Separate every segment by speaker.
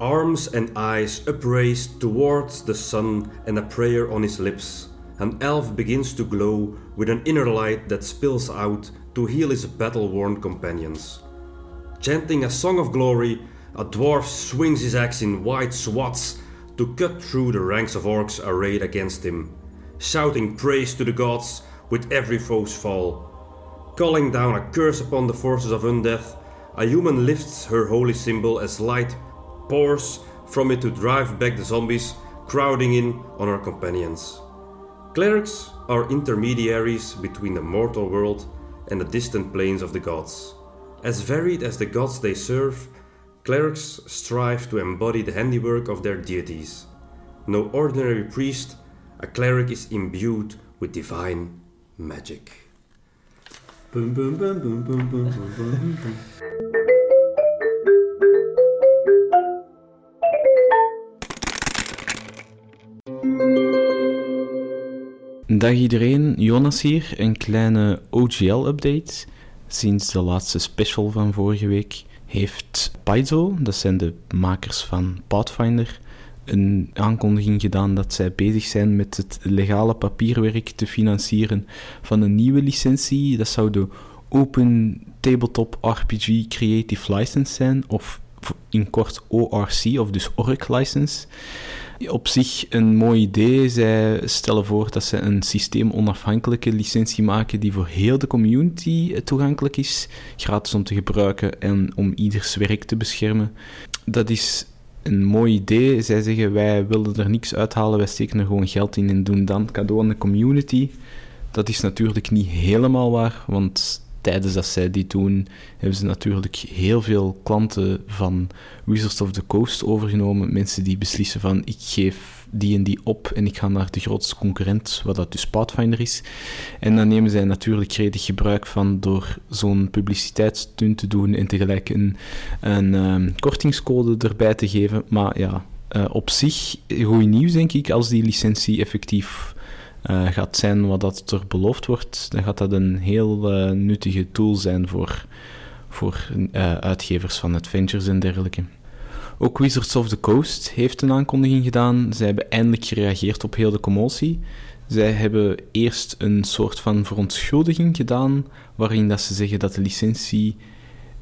Speaker 1: arms and eyes upraised towards the sun and a prayer on his lips. An elf begins to glow with an inner light that spills out to heal his battle worn companions. Chanting a song of glory, a dwarf swings his axe in wide swaths to cut through the ranks of orcs arrayed against him, shouting praise to the gods with every foe's fall. Calling down a curse upon the forces of undeath, a human lifts her holy symbol as light pours from it to drive back the zombies crowding in on her companions. Clerics are intermediaries between the mortal world and the distant planes of the gods. As varied as the gods they serve, clerics strive to embody the handiwork of their deities. No ordinary priest, a cleric is imbued with divine magic.
Speaker 2: Boom, boom, boom, boom, boom, boom, boom, boom, boom.
Speaker 3: Dag iedereen, Jonas hier. Een kleine OGL-update. Sinds de laatste special van vorige week heeft Paizo, dat zijn de makers van Pathfinder, een aankondiging gedaan dat zij bezig zijn met het legale papierwerk te financieren van een nieuwe licentie. Dat zou de Open Tabletop RPG Creative License zijn, of in kort ORC, of dus ORC License. Op zich een mooi idee. Zij stellen voor dat ze een systeemonafhankelijke licentie maken die voor heel de community eh, toegankelijk is, gratis om te gebruiken en om ieders werk te beschermen. Dat is een mooi idee. Zij zeggen wij willen er niks uithalen, wij steken er gewoon geld in en doen dan cadeau aan de community. Dat is natuurlijk niet helemaal waar, want tijdens dat zij die doen, hebben ze natuurlijk heel veel klanten van Wizards of the Coast overgenomen. Mensen die beslissen van ik geef die en die op en ik ga naar de grootste concurrent, wat dat dus Pathfinder is. En dan nemen zij natuurlijk gretig gebruik van door zo'n publiciteitstunt te doen en tegelijk een, een um, kortingscode erbij te geven. Maar ja, uh, op zich goed nieuws denk ik als die licentie effectief uh, gaat zijn wat dat er beloofd wordt, dan gaat dat een heel uh, nuttige tool zijn voor, voor uh, uitgevers van adventures en dergelijke. Ook Wizards of the Coast heeft een aankondiging gedaan. Zij hebben eindelijk gereageerd op heel de commotie. Zij hebben eerst een soort van verontschuldiging gedaan, waarin dat ze zeggen dat de licentie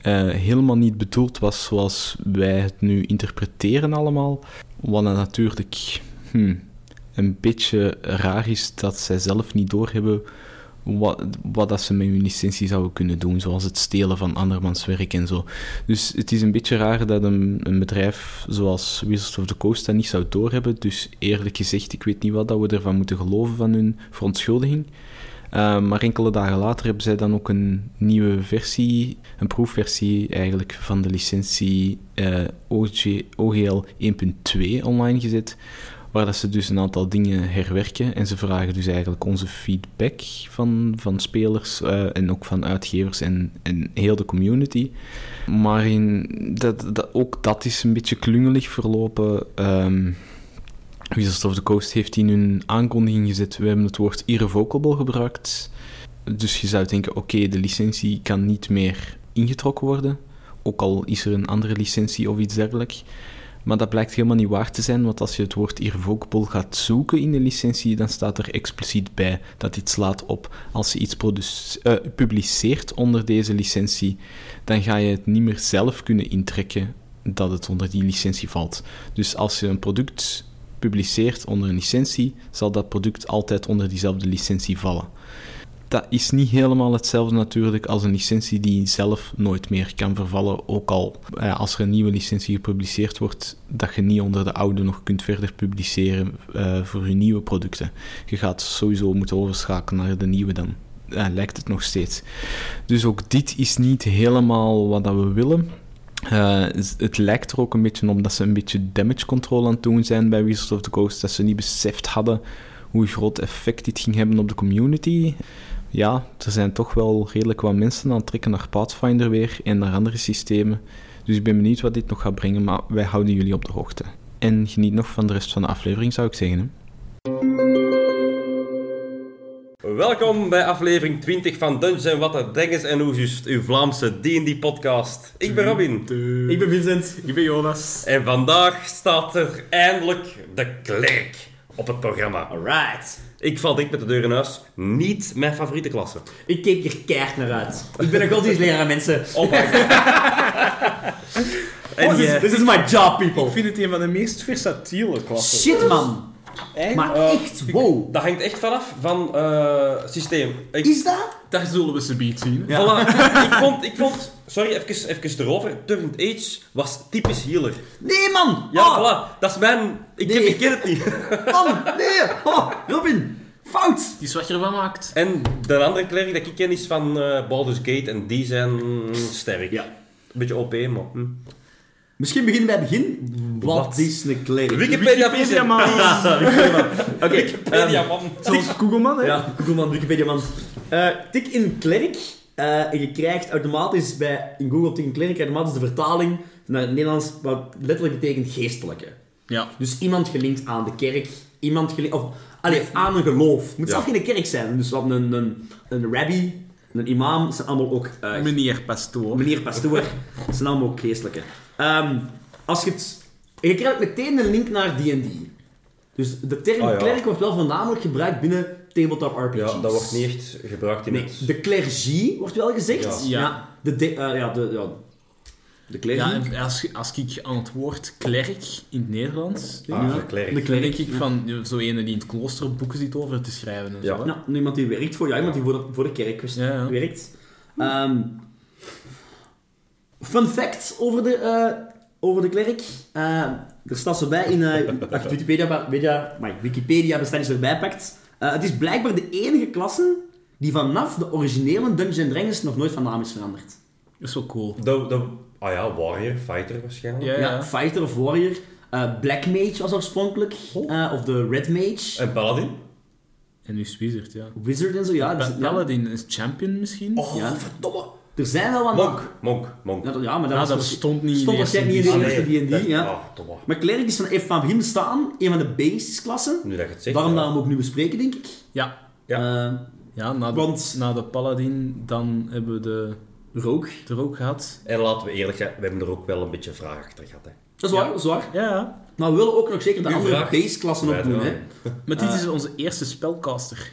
Speaker 3: eh, helemaal niet bedoeld was zoals wij het nu interpreteren allemaal. Wat dan natuurlijk hmm, een beetje raar is dat zij zelf niet doorhebben wat, wat dat ze met hun licentie zouden kunnen doen, zoals het stelen van andermans werk en zo. Dus het is een beetje raar dat een, een bedrijf zoals Wizards of the Coast dat niet zou doorhebben. Dus eerlijk gezegd, ik weet niet wat dat we ervan moeten geloven van hun verontschuldiging. Uh, maar enkele dagen later hebben zij dan ook een nieuwe versie, een proefversie eigenlijk van de licentie uh, OG, OGL 1.2 online gezet waar dat ze dus een aantal dingen herwerken. En ze vragen dus eigenlijk onze feedback van, van spelers uh, en ook van uitgevers en, en heel de community. Maar in, dat, dat, ook dat is een beetje klungelig verlopen. Um, Wizards of the Coast heeft in hun aankondiging gezet, we hebben het woord irrevocable gebruikt. Dus je zou denken, oké, okay, de licentie kan niet meer ingetrokken worden. Ook al is er een andere licentie of iets dergelijks. Maar dat blijkt helemaal niet waar te zijn, want als je het woord irrevocable gaat zoeken in de licentie, dan staat er expliciet bij dat dit slaat op. Als je iets uh, publiceert onder deze licentie, dan ga je het niet meer zelf kunnen intrekken dat het onder die licentie valt. Dus als je een product publiceert onder een licentie, zal dat product altijd onder diezelfde licentie vallen. Dat is niet helemaal hetzelfde natuurlijk als een licentie die zelf nooit meer kan vervallen. Ook al eh, als er een nieuwe licentie gepubliceerd wordt, dat je niet onder de oude nog kunt verder publiceren uh, voor je nieuwe producten. Je gaat sowieso moeten overschakelen naar de nieuwe dan. Uh, lijkt het nog steeds. Dus ook dit is niet helemaal wat dat we willen. Uh, het lijkt er ook een beetje om dat ze een beetje damage control aan het doen zijn bij Wizards of the Coast. Dat ze niet beseft hadden hoe groot effect dit ging hebben op de community ja, er zijn toch wel redelijk wat mensen aan het trekken naar Pathfinder weer en naar andere systemen. Dus ik ben benieuwd wat dit nog gaat brengen, maar wij houden jullie op de hoogte. En geniet nog van de rest van de aflevering, zou ik zeggen. Hè?
Speaker 1: Welkom bij aflevering 20 van Dungeons en Wat er Dengens en hoe juist uw Vlaamse D&D-podcast. Ik ben Robin.
Speaker 2: Ik ben Vincent. Ik ben Jonas.
Speaker 1: En vandaag staat er eindelijk de klerk op het programma.
Speaker 2: Alright.
Speaker 1: Ik val dik met de deur in huis. Niet mijn favoriete klasse.
Speaker 2: Ik keek hier keihard naar uit. Ik ben een godsdienstleraar, mensen.
Speaker 1: Oh my god. en
Speaker 2: This is,
Speaker 1: eh,
Speaker 2: this is my job,
Speaker 4: Ik
Speaker 2: people.
Speaker 4: vind het een van de meest versatiele klassen.
Speaker 2: Shit, man.
Speaker 4: Echt?
Speaker 2: Maar
Speaker 1: Oh.
Speaker 4: Eh,
Speaker 2: echt, wow.
Speaker 1: dat hangt echt vanaf van eh, systeem. Ik,
Speaker 2: Is dat?
Speaker 4: Dat zullen we ze beat zien. Ja.
Speaker 1: voilà. ik, vond, ik vond... Sorry, even, even erover. Turned Age was typisch healer.
Speaker 2: Nee, man.
Speaker 1: Ja,
Speaker 2: Ah,
Speaker 1: voilà. Dat is mijn... Ik,
Speaker 2: Nee.
Speaker 1: ik ken het niet.
Speaker 2: Man, nee. Oh, Robin. Fout.
Speaker 4: Het is wat je ervan maakt.
Speaker 1: En de andere klerk dat ik ken is van eh, Baldur's Gate en die zijn sterk.
Speaker 2: Ja.
Speaker 1: Een beetje OP, maar... hm.
Speaker 2: Misschien beginnen bij het begin. Wat,
Speaker 1: Wat?
Speaker 2: is een klerk?
Speaker 1: Wikipedia,
Speaker 4: Wikipedia,
Speaker 1: man.
Speaker 4: man.
Speaker 2: Oké. ehm,
Speaker 1: Wikipedia, man.
Speaker 4: Zoals Koegelman, hè?
Speaker 2: Ja, Googleman, Wikipedia man. Eh, tik in klerk eh, en je krijgt automatisch bij, in Google tik in klerk automatisch de vertaling naar het Nederlands, wat letterlijk betekent geestelijke.
Speaker 4: Ja.
Speaker 2: Dus iemand gelinkt aan de kerk, iemand gelinkt, of allee, of aan een geloof. Moet
Speaker 1: Ja.
Speaker 2: zelf geen kerk zijn, dus wat een, een, een rabbi, een imam, dat zijn allemaal ook, eh,
Speaker 4: Meneer Pastoor.
Speaker 2: meneer pastoor, dat zijn allemaal ook geestelijke. Ehm, als je het, en je krijgt meteen een link naar D&D. Dus de term
Speaker 1: Ah, ja.
Speaker 2: klerk wordt wel voornamelijk gebruikt binnen tabletop RPG's.
Speaker 1: Ja, dat wordt niet echt gebruikt in
Speaker 2: Nee,
Speaker 1: het...
Speaker 2: de clergie wordt wel gezegd.
Speaker 4: Ja.
Speaker 2: de, de, eh, ja, de, ja. de clergie.
Speaker 4: Ja, en als, je- als ik aan het woord klerk in het Nederlands denk,
Speaker 1: Ah,
Speaker 2: Ja.
Speaker 1: de klerk.
Speaker 2: De
Speaker 4: dan
Speaker 2: klerk.
Speaker 4: denk ik van eh, zo ene die in het klooster boeken zit over te schrijven en
Speaker 1: Ja.
Speaker 4: zo. hè.
Speaker 2: Ja, Nou, iemand die werkt voor jou, iemand die voor de, voor de kerk wist-
Speaker 4: Ja, ja.
Speaker 2: werkt. Ehm, fun fact over de, eh, over de klerk. Eh, er staat zo bij in... eh als je het Wikipedia, Wikipedia, amai, Wikipedia bestand erbij pakt. Eh, het is blijkbaar de enige klasse die vanaf de originele Dungeons Dragons nog nooit van naam is veranderd.
Speaker 4: Dat is wel cool.
Speaker 1: De, de, ah ja, warrior, fighter waarschijnlijk.
Speaker 4: Ja,
Speaker 2: Ja,
Speaker 4: ja.
Speaker 2: Fighter of Warrior. eh, Black Mage was oorspronkelijk. eh, of de Red Mage.
Speaker 1: En paladin?
Speaker 4: En nu is Wizard, ja.
Speaker 2: Wizard en zo, ja. dus-
Speaker 4: Pa- Paladin is champion misschien?
Speaker 1: Oh,
Speaker 2: Ja.
Speaker 1: verdomme.
Speaker 2: Er zijn wel wat...
Speaker 1: Monk, monk, monk.
Speaker 2: Ja, dat- ja, maar dat,
Speaker 4: Ah,
Speaker 2: was
Speaker 4: dat
Speaker 2: misschien-
Speaker 4: bestond niet in
Speaker 2: stond
Speaker 4: de
Speaker 2: waarschijnlijk
Speaker 4: eerste
Speaker 2: niet in
Speaker 1: Ah,
Speaker 2: de eerste D&D,
Speaker 1: dat-
Speaker 2: ja.
Speaker 1: Ah, domme.
Speaker 2: Maar Cleric is van, heeft van begin bestaan een van de basisklassen.
Speaker 1: Nu dat je het zegt.
Speaker 2: Daarom
Speaker 1: ja.
Speaker 2: dat we hem ook nu bespreken, denk ik.
Speaker 4: Ja.
Speaker 1: Ja.
Speaker 2: Eh,
Speaker 4: Ja, na de,
Speaker 2: Want-
Speaker 4: na de Paladin, dan hebben we de,
Speaker 2: rook.
Speaker 4: de rook gehad.
Speaker 1: En laten we eerlijk zijn, we hebben er ook wel een beetje vraag achter gehad. Hè.
Speaker 2: Dat is waar,
Speaker 4: Ja.
Speaker 2: dat is waar.
Speaker 4: Ja, ja.
Speaker 2: Maar we willen ook nog zeker de
Speaker 1: Uw
Speaker 2: andere
Speaker 1: vraag.
Speaker 2: baseklassen
Speaker 1: Wij
Speaker 2: opdoen,
Speaker 1: wel.
Speaker 2: hè.
Speaker 4: Maar
Speaker 2: Eh.
Speaker 4: dit is onze eerste spelcaster.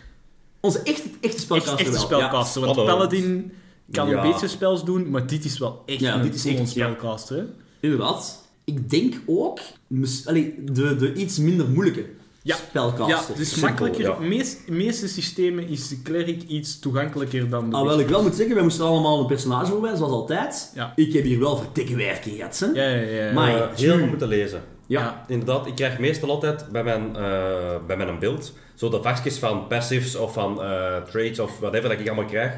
Speaker 2: Onze echte, echte
Speaker 4: echt,
Speaker 2: spelkaster
Speaker 4: echt een
Speaker 2: wel,
Speaker 4: spelcaster. want
Speaker 1: Hallo.
Speaker 4: Paladin kan
Speaker 1: Ja.
Speaker 4: een beetje spels doen, maar dit is wel echt
Speaker 2: Ja,
Speaker 4: een
Speaker 2: dit is echt-
Speaker 4: full-on
Speaker 2: ja.
Speaker 4: spelcaster. hè.
Speaker 2: Ja, inderdaad. Ik denk ook... mis- allee, de, de iets minder moeilijke
Speaker 4: Ja. Ja,
Speaker 2: spelkaster.
Speaker 4: dus
Speaker 1: Simpel,
Speaker 4: makkelijker.
Speaker 1: ja.
Speaker 4: Meest, meeste systemen is de cleric iets toegankelijker dan de
Speaker 2: Alhoewel
Speaker 4: wizard.
Speaker 2: ik Ah, wel moet zeggen, wij moesten allemaal een personage voorbij, zoals altijd.
Speaker 4: Ja.
Speaker 2: Ik heb hier wel verdikke werk in gehad, hè.
Speaker 4: Ja, ja, ja. ja.
Speaker 2: Maar- Ai,
Speaker 1: Eh, heel
Speaker 2: tjoe.
Speaker 1: veel moeten lezen.
Speaker 2: Ja.
Speaker 4: Ja.
Speaker 1: Inderdaad, ik krijg meestal altijd bij mijn, eh, bij mijn beeld zo de vakjes van passives of van eh trades of whatever dat ik allemaal krijg.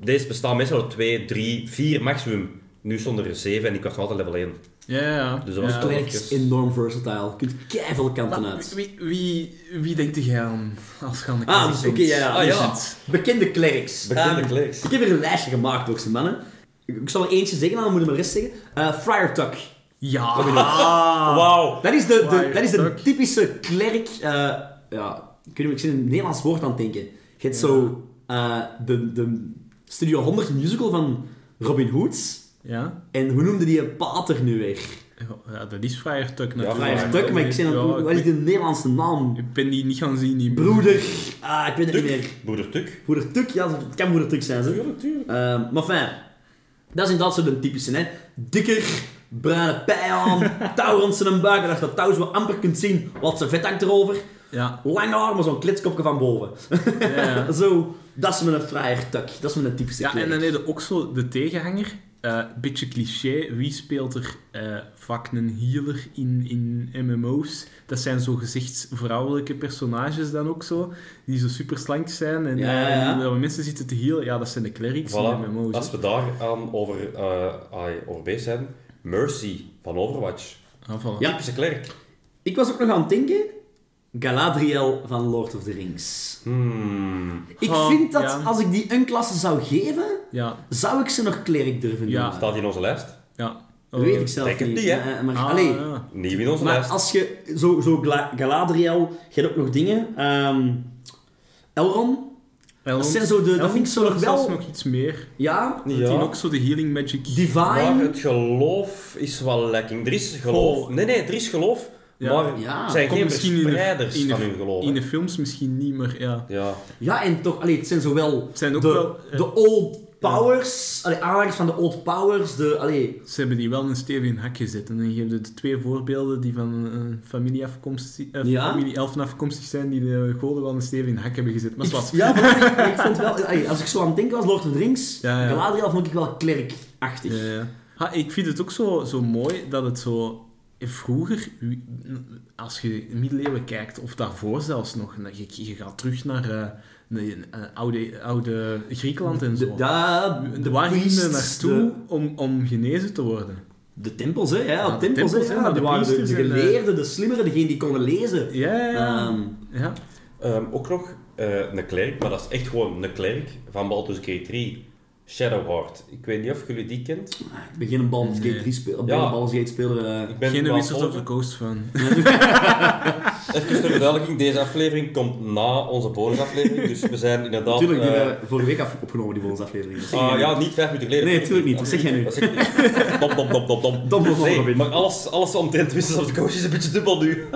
Speaker 1: Deze bestaan meestal uit 2, 3, 4 maximum. Nu stond er 7 en ik was nog altijd level 1.
Speaker 4: ja, ja, ja.
Speaker 1: Dus dat
Speaker 4: Ja.
Speaker 1: was
Speaker 2: Cleric is enorm versatile. Je kunt keiveel kanten
Speaker 4: Maar
Speaker 2: uit.
Speaker 4: wie, wie, wie denkt jij aan als je aan de
Speaker 2: Ah,
Speaker 4: cleric
Speaker 2: dus, oké,
Speaker 4: denkt?
Speaker 2: ja, ja.
Speaker 1: Ah,
Speaker 2: dus
Speaker 1: ja.
Speaker 2: het- Bekende clerics.
Speaker 1: Bekende
Speaker 2: Ehm,
Speaker 1: clerics.
Speaker 2: Ik heb hier een lijstje gemaakt, ook, ze mannen. Ik ik zal er eentje zeggen, dan moeten we de rest zeggen. Eh Friar Tuck.
Speaker 4: Ja.
Speaker 1: Wauw!
Speaker 2: Dat is de, de,
Speaker 4: Friar
Speaker 2: dat is de
Speaker 4: Tuck.
Speaker 2: typische cleric... eh, ja, ik weet niet, ik zit in een Nederlands woord aan het denken. Je hebt zo eh, de, de Studio 100 musical van Robin Hood.
Speaker 4: Ja.
Speaker 2: En hoe noemde die een pater nu weer?
Speaker 4: ja, dat is Friar Tuck
Speaker 1: Friar
Speaker 4: natuurlijk.
Speaker 2: Friar Tuck, maar ik zei
Speaker 4: Ja,
Speaker 2: dan, wat
Speaker 4: ik
Speaker 2: is de Nederlandse naam?
Speaker 4: Ik ben die niet gaan zien. Die
Speaker 2: Broeder, ah, ik weet het niet meer.
Speaker 1: Broeder Tuk.
Speaker 2: Broeder Tuk, ja, het kan Broeder Tuk zijn, ze. Ehm, maar fijn, dat is inderdaad zo'n typische, hè. Dikker, bruine pij aan, touw rond zijn buik, en dat je dat touw zo amper kunt zien, wat ze vet hangt erover.
Speaker 4: Ja.
Speaker 2: Lange armen, zo'n klitskopje van boven.
Speaker 4: ja, ja.
Speaker 2: zo, dat is mijn Friar Tuck, dat is mijn typische
Speaker 4: Ja, en
Speaker 2: kleding.
Speaker 4: dan heb je ook zo de tegenhanger. Eh beetje cliché, wie speelt er eh vaak een healer in, in MMO's? Dat zijn zo gezegd vrouwelijke personages dan ook zo, die zo super slank zijn en
Speaker 2: Ja,
Speaker 4: eh,
Speaker 2: ja, ja.
Speaker 4: die wel mensen zitten te healen. Ja, dat zijn de clerics in
Speaker 1: Voilà.
Speaker 4: MMO's.
Speaker 1: Als we daar aan over, eh ai, over bezig zijn, Mercy van Overwatch.
Speaker 4: hè. Ah, voilà.
Speaker 2: Ja.
Speaker 1: Typische klerk.
Speaker 2: Ik was ook nog aan het denken, Galadriel van Lord of the Rings.
Speaker 1: Hmm.
Speaker 2: Ik
Speaker 4: Oh,
Speaker 2: vind dat,
Speaker 4: ja.
Speaker 2: als ik die een klasse zou geven,
Speaker 4: Ja,
Speaker 2: zou ik ze nog klerk durven
Speaker 4: Ja. Oh.
Speaker 2: noemen.
Speaker 1: Staat die in onze lijst?
Speaker 4: ja. Oh.
Speaker 2: Dat weet ik zelf
Speaker 1: denk het
Speaker 2: niet.
Speaker 1: niet, hè.
Speaker 2: eh, maar,
Speaker 4: Ah,
Speaker 2: allee,
Speaker 4: ja.
Speaker 1: Nieuw in onze
Speaker 2: Maar
Speaker 1: lijst.
Speaker 2: als je, zo, zo Gla- Galadriel, je hebt ook nog dingen. ehm, Elrond,
Speaker 4: Elrond,
Speaker 2: Dat zijn zo de... Dat
Speaker 4: Elrond
Speaker 2: vind ik zo nog
Speaker 4: zelfs
Speaker 2: wel...
Speaker 4: nog iets meer.
Speaker 2: Ja,
Speaker 4: Dat
Speaker 1: Ja.
Speaker 4: die ook zo de healing magic...
Speaker 1: Maar
Speaker 2: divine.
Speaker 1: het geloof is wel lekking. Er is geloof.
Speaker 4: Oh.
Speaker 1: Nee, nee, er is geloof,
Speaker 4: Ja.
Speaker 1: maar
Speaker 2: Ja.
Speaker 1: het zijn
Speaker 4: Komt
Speaker 1: geen
Speaker 4: misschien in de-
Speaker 1: verspreiders
Speaker 4: in de-
Speaker 1: van hun geloof.
Speaker 4: In
Speaker 1: hè.
Speaker 4: de films misschien niet, maar ja.
Speaker 1: Ja.
Speaker 2: Ja, en toch... Allee, het zijn zowel
Speaker 4: Het zijn ook
Speaker 2: de,
Speaker 4: wel... eh,
Speaker 2: de old powers, allee, aanhangers van de old powers, de... Allee,
Speaker 4: Ze hebben die wel een stevig in een hak gezet. En dan geef je de twee voorbeelden die van een- een familie, afkomstig, eh,
Speaker 2: Ja.
Speaker 4: familie elfen afkomstig zijn, die de goden wel een stevig in een hak hebben gezet. Maar
Speaker 2: ik,
Speaker 4: zoals...
Speaker 2: ja, maar ik, ik vond wel... allee, als ik zo aan het denken was, Lord of the Rings,
Speaker 4: Ja, ja.
Speaker 2: Galadriel vond ik wel klerkachtig.
Speaker 4: Ja, ja. Ha, ik vind het ook zo, zo mooi dat het zo... Vroeger, u- als je middeleeuwen kijkt, of daarvoor zelfs nog, en je, je gaat terug naar eh, de- eh, oude, oude Griekenland en zo.
Speaker 2: De, ja,
Speaker 4: De,
Speaker 2: de
Speaker 4: waar gingen
Speaker 2: priests,
Speaker 4: we naartoe om, om genezen te worden?
Speaker 2: De, de tempels, hè. Ja,
Speaker 4: Ja, de
Speaker 2: tempels,
Speaker 4: tempels,
Speaker 2: hè.
Speaker 4: hè,
Speaker 2: Ja,
Speaker 4: de
Speaker 2: die waren de, de
Speaker 4: priesters en, eh,
Speaker 2: geleerden, de slimmeren, degenen die konden lezen.
Speaker 4: Ja, ja, ja.
Speaker 2: Ehm,
Speaker 4: ja.
Speaker 1: Ehm, ook nog eh, een klerk, maar dat is echt gewoon een klerk van Baldur's Gate 3. Shadowheart. Ik weet niet of jullie die kent.
Speaker 2: ik ben geen Baldur's Gate
Speaker 4: Nee.
Speaker 2: 3 speler. Ik
Speaker 1: Ja.
Speaker 2: ben een Baldur's Gate speler. eh.
Speaker 1: Ik ben
Speaker 4: Geen
Speaker 1: wel
Speaker 4: Wizards of
Speaker 1: volgen.
Speaker 4: the Coast van.
Speaker 1: Even ter verduidelijking, deze aflevering komt na onze bonusaflevering, dus we zijn inderdaad...
Speaker 2: Natuurlijk, die
Speaker 1: eh,
Speaker 2: hebben we vorige week af- opgenomen, die bonusaflevering. Dat zeg
Speaker 1: ah,
Speaker 2: jij
Speaker 1: ja,
Speaker 2: niet.
Speaker 1: niet vijf minuten geleden.
Speaker 2: Nee, tuurlijk niet. Wat zeg jij nu?
Speaker 1: Dat zeg ik niet. Dom, dom, dom, dom, dom.
Speaker 2: Dom, dom, dom,
Speaker 1: Nee,
Speaker 2: Robin.
Speaker 1: maar alles, alles omtrent Wizards of the Coast is een beetje dubbel nu.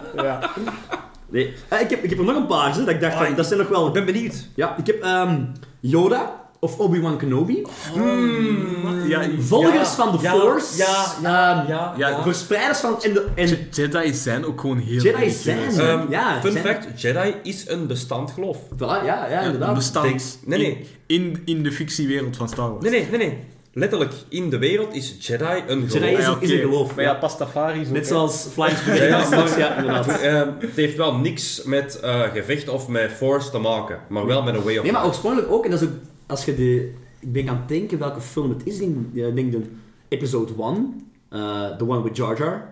Speaker 2: Nee. Eh, ik, heb, ik heb er nog een paar, hè, dat ik dacht,
Speaker 1: Ah,
Speaker 2: van, dat zijn nog wel...
Speaker 1: Ik ben benieuwd.
Speaker 2: Ja, ik heb ehm, Yoda of Obi-Wan Kenobi. Hmm.
Speaker 4: Ja, ik-
Speaker 2: Volgers
Speaker 1: ja,
Speaker 2: van de
Speaker 1: ja,
Speaker 2: Force. Ehm,
Speaker 1: ja,
Speaker 2: ja,
Speaker 4: ja.
Speaker 2: Verspreiders van... En de, en
Speaker 4: Jedi zijn ook gewoon heel
Speaker 2: Jedi
Speaker 4: religieus.
Speaker 2: zijn.
Speaker 1: Ehm,
Speaker 2: Ja,
Speaker 1: fun
Speaker 2: zijn-
Speaker 1: fact, Jedi is een bestand geloof.
Speaker 2: ja, ja, ja,
Speaker 4: Ja,
Speaker 2: inderdaad.
Speaker 4: bestaan
Speaker 1: Denk- nee, nee.
Speaker 4: In, in, in de fictiewereld van Star Wars.
Speaker 1: Nee, nee, nee, nee. Letterlijk, in de wereld is Jedi een geloof.
Speaker 2: Jedi is-
Speaker 4: Ah, ja, oké.
Speaker 2: een geloof,
Speaker 4: Maar ja,
Speaker 2: ja.
Speaker 4: Pastafari is ook,
Speaker 2: Net
Speaker 4: hè.
Speaker 2: zoals Flying
Speaker 1: Ja, ja,
Speaker 2: Spaghetti. Ja, inderdaad.
Speaker 1: Ehm, het heeft wel niks met eh, gevecht of met force te maken, maar wel met een way of
Speaker 2: Nee, maar
Speaker 1: life.
Speaker 2: oorspronkelijk ook, en dat is ook, als je de, ik ben aan het denken welke film het is, ik denk, ja, ik denk de episode 1, eh the one with Jar Jar,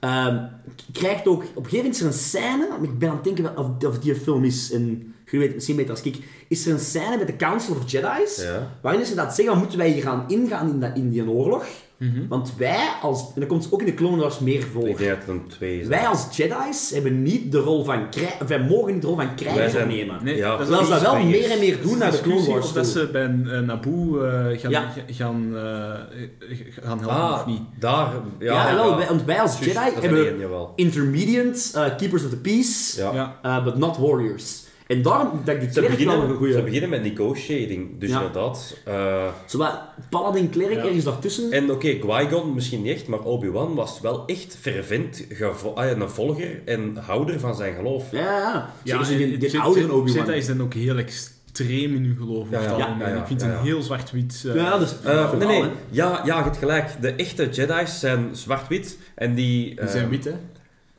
Speaker 2: ehm, k- krijgt ook, op een gegeven moment is er een scène, maar ik ben aan het denken wel of, of die een film is, en jullie weten het misschien beter als ik, is er een scène met de Council of Jedi's,
Speaker 1: Ja.
Speaker 2: waarin ze dat zeggen, moeten wij hier gaan ingaan in, dat, in die oorlog, want wij als, en dat komt ook in de Clone Wars meer voor,
Speaker 1: Ik denk dat het een twee is.
Speaker 2: wij als Jedi's hebben niet de rol van krijgen, wij mogen niet de rol van
Speaker 1: Wij
Speaker 2: krijgen
Speaker 1: zijn-
Speaker 2: nemen.
Speaker 4: Nee,
Speaker 1: Ja.
Speaker 4: dat is
Speaker 2: Terwijl ze dat wel
Speaker 1: Spangers.
Speaker 2: meer en meer doen naar de Clone
Speaker 4: discussie
Speaker 2: Wars
Speaker 4: of dat
Speaker 2: toe.
Speaker 4: ze bij eh, Naboo eh, gaan,
Speaker 2: Ja.
Speaker 4: g- gaan, eh, eh, gaan helpen
Speaker 1: Ah,
Speaker 4: of niet.
Speaker 1: daar. Ja,
Speaker 2: Ja,
Speaker 1: ja.
Speaker 2: wel, wij- want wij als
Speaker 1: Juist,
Speaker 2: Jedi
Speaker 1: dat is
Speaker 2: hebben
Speaker 1: één, jawel.
Speaker 2: intermediate, eh, keepers of the peace,
Speaker 1: Ja.
Speaker 4: Ja.
Speaker 2: eh, but not warriors. En daarom dat ik die
Speaker 1: Ze,
Speaker 2: klerk wel een
Speaker 1: beginnen, ze
Speaker 2: goede.
Speaker 1: beginnen met negotiating, dus
Speaker 2: Ja.
Speaker 1: inderdaad. eh,
Speaker 2: Zowel Paladin klerk
Speaker 4: Ja.
Speaker 2: ergens daartussen.
Speaker 1: en oké, Qui-Gon misschien niet echt, maar Obi-Wan was wel echt fervent gevo- ah, een volger en houder van zijn geloof.
Speaker 2: ja, ja, ja.
Speaker 4: Ja,
Speaker 2: Zeker zo
Speaker 4: en-
Speaker 2: die,
Speaker 4: en
Speaker 2: die
Speaker 4: Jedi-
Speaker 2: oudere Obi-Wan.
Speaker 4: Jedi zijn ook heel extreem in hun geloof. over
Speaker 1: Ja, ja,
Speaker 4: het
Speaker 1: ja,
Speaker 4: algemeen.
Speaker 1: ja, ja,
Speaker 4: ik vind
Speaker 1: ja,
Speaker 4: het
Speaker 1: ja.
Speaker 4: een heel zwart-wit... eh,
Speaker 2: Ja, dus
Speaker 1: Eh, nee,
Speaker 2: verhaal,
Speaker 1: nee.
Speaker 2: hè.
Speaker 1: Ja, ja, je hebt gelijk. De echte Jedi's zijn zwart-wit en die...
Speaker 4: die
Speaker 1: eh,
Speaker 4: zijn wit, hè.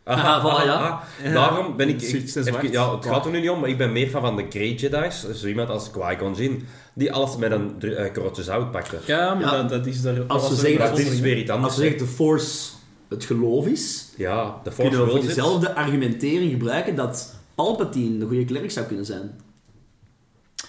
Speaker 1: Aha,
Speaker 2: Aha, voilà, ja.
Speaker 1: aha. Daarom ben ik...
Speaker 4: Ja,
Speaker 1: ik-
Speaker 4: precies, dat is
Speaker 1: even-
Speaker 4: waar.
Speaker 1: ja, het gaat er nu niet om, maar ik ben meer van, van de Grey Jedi's. Zo iemand als Qui-Gon Jinn, die alles met een dru- eh, korreltje zout pakte.
Speaker 4: Ja, maar
Speaker 2: Ja.
Speaker 4: Dat, dat is daar...
Speaker 2: Als ze
Speaker 4: dat is
Speaker 2: zeggen
Speaker 1: Maar
Speaker 4: daar
Speaker 2: dat
Speaker 1: dit
Speaker 4: een
Speaker 1: is weer iets
Speaker 2: Als
Speaker 1: anders.
Speaker 2: we zeggen de Force het geloof is,
Speaker 1: Ja, de Force
Speaker 2: kunnen we voor
Speaker 1: Wills it.
Speaker 2: dezelfde argumentering gebruiken dat Palpatine de goede klerk zou kunnen zijn.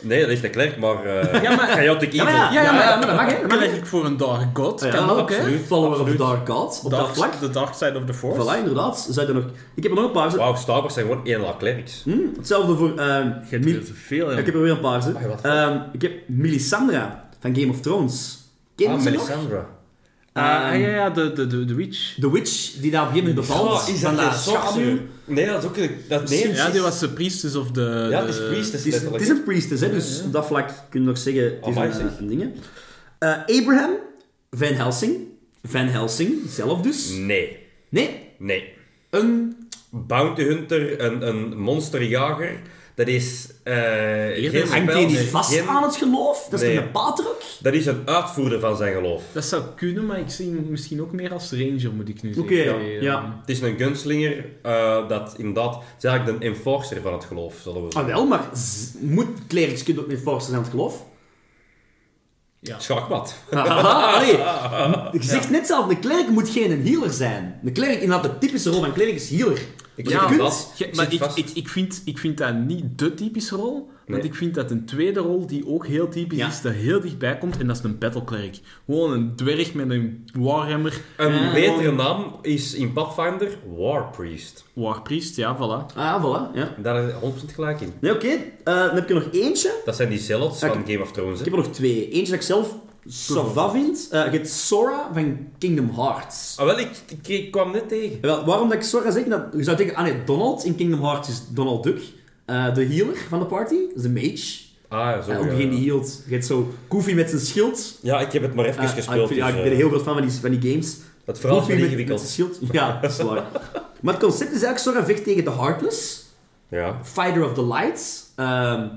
Speaker 1: Nee, dat is de klerk, maar... eh
Speaker 4: Ja, maar-
Speaker 1: Chaotic
Speaker 2: Ja, maar
Speaker 1: Evil.
Speaker 2: ja. maar dat mag, hè, dat mag, hè.
Speaker 4: leg ik voor een Dark God.
Speaker 2: Ja,
Speaker 4: kan ook, hè.
Speaker 1: absoluut.
Speaker 2: Follower of the
Speaker 1: absoluut.
Speaker 2: Dark God, op dat vlak.
Speaker 4: The Dark Side of the Force.
Speaker 2: Voilà, inderdaad. Zijn er nog... Ik heb er nog een paar. ze-
Speaker 1: Wauw, Star Wars zijn gewoon één la klerks.
Speaker 2: Hm, Hetzelfde voor... ehm,
Speaker 4: Je hebt
Speaker 2: Mil-
Speaker 4: veel te veel, hè.
Speaker 2: Ik heb er weer een paar. ze.
Speaker 1: Ah, wat?
Speaker 2: Ehm, ik heb Melisandra van Game of Thrones. Ken je
Speaker 1: Ah,
Speaker 2: ze nog?
Speaker 1: Melisandre.
Speaker 4: Ah, ah,
Speaker 1: Ehm,
Speaker 4: ja, ja, de, de, de, de Witch.
Speaker 2: The Witch, die daar op een gegeven moment bevalt.
Speaker 1: Oh, is
Speaker 2: van
Speaker 1: dat
Speaker 2: de
Speaker 1: geen sorcerer?
Speaker 2: schaduw.
Speaker 1: Nee, dat is ook... een- Dat, nee,
Speaker 4: ja,
Speaker 1: het
Speaker 4: die
Speaker 1: is-
Speaker 4: was eh, de priestess of de...
Speaker 1: Ja,
Speaker 4: de-
Speaker 1: het is priestess,
Speaker 2: Het is,
Speaker 1: letterlijk.
Speaker 2: het is een priestess, hè, dus op dat vlak kun je nog zeggen... Het is
Speaker 1: Amai,
Speaker 2: een,
Speaker 1: zeg.
Speaker 2: een ding, hè. Eh, Abraham Van Helsing. Van Helsing, zelf dus.
Speaker 1: Nee,
Speaker 2: Nee,
Speaker 1: nee.
Speaker 2: een...
Speaker 1: Bounty Hunter, een, een monsterjager. Dat is eh geen
Speaker 2: Hangt
Speaker 1: spel,
Speaker 2: die
Speaker 1: nee,
Speaker 2: vast
Speaker 1: geen-
Speaker 2: aan het geloof? Dat is
Speaker 1: Nee.
Speaker 2: toch een paatrok?
Speaker 1: Dat is een uitvoerder van zijn geloof.
Speaker 4: Dat zou kunnen, maar ik zie hem misschien ook meer als ranger, moet ik nu zeggen.
Speaker 2: Oké, ja.
Speaker 4: Eh,
Speaker 2: ja.
Speaker 1: Het is een gunslinger eh, dat inderdaad... Het is eigenlijk een enforcer van het geloof, zullen we
Speaker 2: Ah,
Speaker 1: zeggen.
Speaker 2: wel, maar z- moet clerics kunnen ook niet forcen zijn aan het geloof? Ah.
Speaker 1: Schakmat.
Speaker 2: Haha, Ah, allee. Je zegt net zelf, een klerk moet geen healer zijn. Een klerk, inderdaad, de typische rol van een klerk is healer.
Speaker 1: Ik
Speaker 4: Ja,
Speaker 1: zit
Speaker 2: kunt-
Speaker 1: vast.
Speaker 4: Ge-
Speaker 1: Ik
Speaker 4: maar
Speaker 1: zit
Speaker 4: ik,
Speaker 1: vast.
Speaker 4: ik, ik, vind, ik vind dat niet de typische rol, Want ik vind dat een tweede rol, die ook heel typisch
Speaker 2: Ja.
Speaker 4: is, dat heel dichtbij komt, en dat is een battleclerk. Gewoon een dwerg met een warhammer,
Speaker 1: Een
Speaker 2: Ja.
Speaker 1: betere naam is in Pathfinder War Priest.
Speaker 4: warpriest, ja, voilà.
Speaker 2: Ah, voilà. Ja.
Speaker 1: Daar is 100% gelijk in.
Speaker 2: Nee, oké. Eh, dan heb ik er nog eentje.
Speaker 1: Dat zijn die zealots
Speaker 2: Ja, ik-
Speaker 1: van Game of Thrones.
Speaker 2: Ik
Speaker 1: Hè?
Speaker 2: heb er nog twee. Eentje dat ik zelf sava vind. Eh, je hebt Sora van Kingdom Hearts.
Speaker 1: Ah, wel, ik, ik, ik kwam net tegen.
Speaker 2: Wel, waarom dat ik Sora zeg? Dat, je zou denken, ah nee, Donald in Kingdom Hearts is Donald Duck. Eh, de healer van de party, is de mage.
Speaker 1: Ah, ja, zo.
Speaker 2: Eh, ook
Speaker 1: ja,
Speaker 2: degene die
Speaker 1: ja.
Speaker 2: hield. Je hebt zo Goofy met zijn schild.
Speaker 1: ja, ik heb het maar even
Speaker 2: Eh, ah, ik,
Speaker 1: gespeeld.
Speaker 2: vind- ja,
Speaker 1: dus,
Speaker 2: ik
Speaker 1: eh,
Speaker 2: ben een heel groot fan van die, van die games.
Speaker 1: Het verhaal is
Speaker 2: Goofy
Speaker 1: wel
Speaker 2: met, met zijn
Speaker 1: ingewikkeld.
Speaker 2: schild. Ja, dat is waar. maar het concept is eigenlijk Sora vecht tegen de Heartless.
Speaker 1: Ja.
Speaker 2: Fighter of the Lights. Ehm,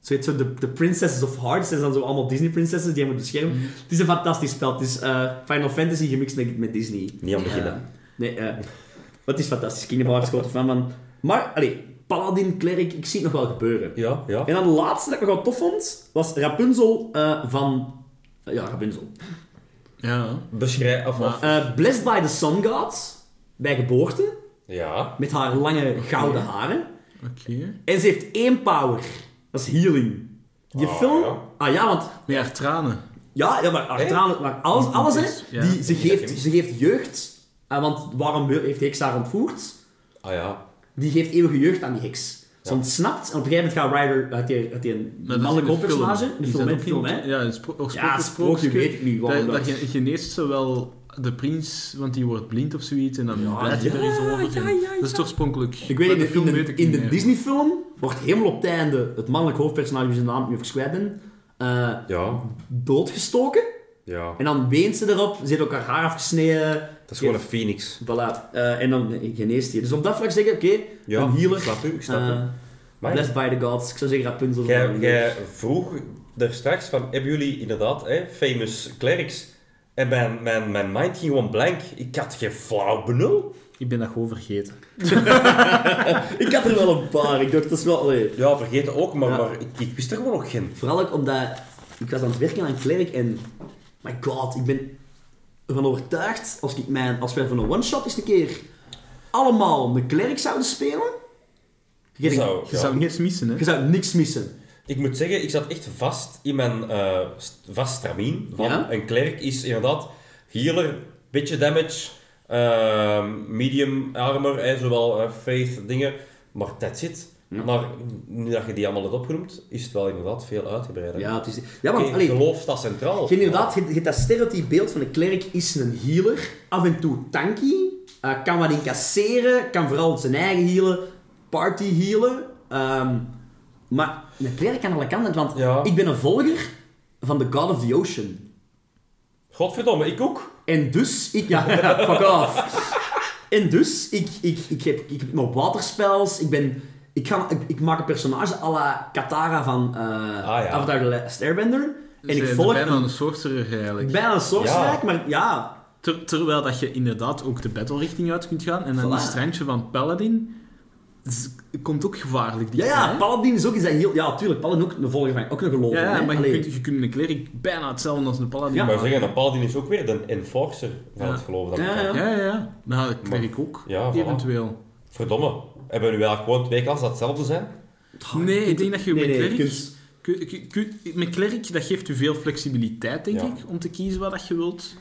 Speaker 2: zo heet zo de, de Princesses of Hearts. Dat zijn zo allemaal Disney princesses die hem beschermen.
Speaker 1: Mhm.
Speaker 2: Het is een fantastisch spel. Het is eh, Final Fantasy gemixt met, met Disney.
Speaker 1: Niet aan beginnen.
Speaker 2: Eh, nee, eh, maar het is fantastisch. Kingdom Hearts, grote fan van. Maar, allee, Paladin, Cleric, ik zie het nog wel gebeuren.
Speaker 1: Ja, ja.
Speaker 2: En dan de laatste dat ik nog wel tof vond, was Rapunzel eh, van... Ja, Rapunzel.
Speaker 4: Ja.
Speaker 1: Beschrijf af. af.
Speaker 2: Eh, Blessed by the Sun God, bij geboorte,
Speaker 1: Ja.
Speaker 2: met haar lange gouden haren.
Speaker 4: Oké.
Speaker 2: En ze heeft één power. Dat is healing. Die
Speaker 4: Oh,
Speaker 1: Ah,
Speaker 2: film...
Speaker 1: ja.
Speaker 2: Ah ja, want...
Speaker 4: Met haar tranen.
Speaker 2: Ja, ja maar haar
Speaker 1: Hè?
Speaker 2: tranen- Maar alles, alles
Speaker 4: is-
Speaker 2: hè.
Speaker 4: ja.
Speaker 2: Die, ze,
Speaker 1: dat heb
Speaker 2: geeft,
Speaker 1: ik.
Speaker 2: ze geeft jeugd. Ah, want waarom heeft de heks haar ontvoerd?
Speaker 1: Ah ja.
Speaker 2: Die geeft eeuwige jeugd aan die heks. Ze ontsnapt en op een gegeven moment gaat Ryder uit die, uit die
Speaker 4: Dat is
Speaker 2: mannelijke
Speaker 4: in de film.
Speaker 2: hoofdpersonage... Een
Speaker 4: Is
Speaker 2: film,
Speaker 4: dat
Speaker 2: hè,
Speaker 4: ook
Speaker 2: film,
Speaker 4: niet-
Speaker 2: hè.
Speaker 4: Ja, een spro- of
Speaker 2: Ja,
Speaker 4: sprookje-
Speaker 2: sprookje
Speaker 4: sprookje.
Speaker 2: weet ik niet. waarom
Speaker 4: Dat, dat
Speaker 2: dat-
Speaker 4: je geneest zowel de prins, want die wordt blind of zoiets, en dan
Speaker 2: Ja,
Speaker 4: blijft hij er eens over. en Dat is oorspronkelijk.
Speaker 2: Ik weet
Speaker 4: Maar
Speaker 2: in de, in de, in de
Speaker 4: meer.
Speaker 2: Disney-film wordt helemaal op het einde het mannelijk hoofdpersonage, wie zijn naam nu even kwijt ben, eh,
Speaker 1: Ja.
Speaker 2: doodgestoken.
Speaker 1: Ja.
Speaker 2: En dan weent ze erop, ze heeft ook haar haar afgesneden.
Speaker 1: Dat is gewoon een phoenix.
Speaker 2: Voilà. Eh, en dan geneest hij. Dus op dat vlak zeg ik, oké,
Speaker 1: Ja,
Speaker 2: een healer.
Speaker 1: ik snap u, ik snap u.
Speaker 2: eh,
Speaker 1: Maar-
Speaker 2: blessed by the gods. Ik zou zeggen Rapunzel.
Speaker 1: Jij,
Speaker 2: van-
Speaker 1: jij vroeg daar straks van, hebben jullie inderdaad hè, famous clerics? En mijn, mijn, mijn mind ging gewoon blank. Ik had geen flauw benul.
Speaker 4: Ik ben dat gewoon vergeten.
Speaker 2: Ik had er wel een paar. Ik dacht, dat is wel... allee.
Speaker 1: Ja, vergeten ook, maar,
Speaker 2: Ja.
Speaker 1: maar ik, ik wist er gewoon nog geen.
Speaker 2: Vooral ook omdat ik was aan het werken aan een klerk en... My god, ik ben ervan overtuigd, als, ik mijn, als wij van een one-shot eens een keer allemaal een klerk zouden spelen... Je,
Speaker 1: Zou,
Speaker 4: Je
Speaker 1: ja.
Speaker 4: zou niks missen, hè?
Speaker 2: je zou niks missen.
Speaker 1: Ik moet zeggen, ik zat echt vast in mijn eh, st- vast stramien. Van
Speaker 2: Ja?
Speaker 1: Een klerk is inderdaad healer, beetje damage, eh, medium armor, hè, zowel eh, faith dingen. Maar that's it.
Speaker 2: Hm.
Speaker 1: Maar nu dat je die allemaal hebt opgenoemd, is het wel inderdaad veel uitgebreider.
Speaker 2: Ja, het is... Ja, want...
Speaker 1: Oké,
Speaker 2: allee,
Speaker 1: geloof staat centraal.
Speaker 2: Je inderdaad, je, je dat stereotype beeld van een klerk is een healer. Af en toe tanky. eh, kan wat incasseren. Kan vooral zijn eigen healen. Party healen. ehm, maar een klerk aan alle kanten. Want
Speaker 1: Ja.
Speaker 2: ik ben een volger van de God of the Ocean.
Speaker 1: Godverdomme, ik ook.
Speaker 2: En dus ik... Ja, fuck off. En dus, ik, ik, ik, heb, ik heb nog waterspels. Ik ben... Ik, ga, ik, ik maak een personage à la Katara van eh
Speaker 1: Ah, ja.
Speaker 2: Avatar The Last Airbender. En ik
Speaker 4: Ze-
Speaker 2: volg
Speaker 4: Dus bijna
Speaker 2: een,
Speaker 4: een sorcerer eigenlijk.
Speaker 2: bijna een sorcerer, maar ja,
Speaker 4: Ter- terwijl dat je inderdaad ook de battle richting uit kunt gaan. En dan
Speaker 2: Voilà.
Speaker 4: die strandje van Paladin z- komt ook gevaarlijk.
Speaker 2: Ja,
Speaker 4: dichtbij,
Speaker 2: ja,
Speaker 4: hè?
Speaker 2: Paladin is ook iets dat heel... Ja, tuurlijk, Paladin ook een volger van... Ook een gelovige,
Speaker 4: ja, ja,
Speaker 2: hè?
Speaker 4: maar je
Speaker 2: Allee.
Speaker 4: kunt, je kunt een klerk bijna hetzelfde als een Paladin.
Speaker 2: Ja.
Speaker 1: Ik wou zeggen, een paladin is ook weer de enforcer van
Speaker 4: Ja.
Speaker 1: het geloof. Dat we
Speaker 2: Ja,
Speaker 1: kennen.
Speaker 2: ja.
Speaker 4: Ja, ja, ja. Nou, dat krijg ik ook.
Speaker 1: Ja, voilà.
Speaker 4: Eventueel.
Speaker 1: Verdomme, hebben we nu eigenlijk gewoon twee klassen dat hetzelfde zijn?
Speaker 5: Oh,
Speaker 4: Nee, ik denk dat je
Speaker 2: Nee,
Speaker 4: met
Speaker 2: nee, je
Speaker 4: klerk...
Speaker 2: kunt-
Speaker 4: ku- ku- ku- Met klerk, dat geeft u veel flexibiliteit, denk
Speaker 1: Ja.
Speaker 4: ik, om te kiezen wat dat je wilt.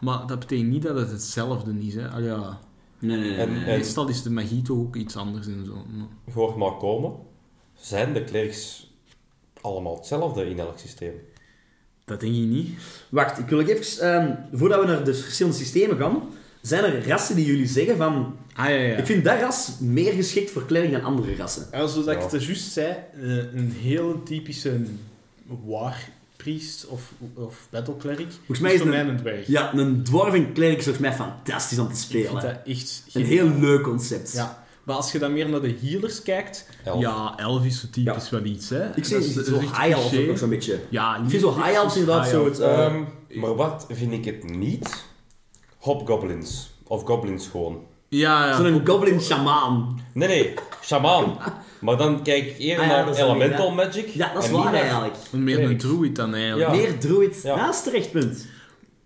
Speaker 4: Maar dat betekent niet dat het hetzelfde is, hè. Ah, ja.
Speaker 2: Nee, nee, nee.
Speaker 1: En, en
Speaker 4: Meestal is de magie toch ook iets anders en zo. Maar-
Speaker 1: je hoort maar komen, zijn de clerics allemaal hetzelfde in elk systeem?
Speaker 4: Dat denk ik niet.
Speaker 2: Wacht, ik wil nog even... ehm, voordat we naar de verschillende systemen gaan... Zijn er rassen die jullie zeggen van...
Speaker 4: Ah, ja, ja.
Speaker 2: Ik vind dat ras meer geschikt voor kleding dan andere rassen.
Speaker 5: En zoals
Speaker 1: Ja.
Speaker 5: ik het er juist zei, eh, een hele typische warpriest of, of battlecleric
Speaker 2: Volgens mij is
Speaker 5: voor
Speaker 2: het
Speaker 5: mij een dwerg.
Speaker 2: Ja, een dwarf en kleding is volgens mij fantastisch om te
Speaker 5: Ik vind
Speaker 2: spelen.
Speaker 5: dat echt...
Speaker 2: Een
Speaker 5: geniaal.
Speaker 2: heel leuk concept.
Speaker 5: Ja. Maar als je dan meer naar de healers kijkt...
Speaker 1: Elf.
Speaker 4: Ja, elf is zo typisch wel iets, hè.
Speaker 2: Ik
Speaker 4: Dat is-
Speaker 2: zie
Speaker 4: dat
Speaker 2: zo
Speaker 4: is echt
Speaker 2: high elf
Speaker 4: cliché.
Speaker 2: ook zo'n beetje.
Speaker 4: Ja,
Speaker 2: Ik vind zo high elf inderdaad zo het... eh,
Speaker 1: Ehm, maar wat vind ik het niet? Hobgoblins. Of goblins gewoon.
Speaker 4: Ja, ja.
Speaker 2: Zo'n goblin shamaan.
Speaker 1: Nee, nee, shaman. Maar dan kijk ik eerder
Speaker 2: Ah ja, dat
Speaker 1: naar
Speaker 2: is dan
Speaker 1: elemental
Speaker 2: niet,
Speaker 1: magic.
Speaker 2: Ja, dat is
Speaker 1: en niet
Speaker 2: waar
Speaker 1: naar-
Speaker 2: eigenlijk.
Speaker 4: Meer een
Speaker 1: Klerk.
Speaker 4: druid dan eigenlijk.
Speaker 1: Ja.
Speaker 2: Meer druid.
Speaker 1: Ja.
Speaker 2: Naast terechtpunt.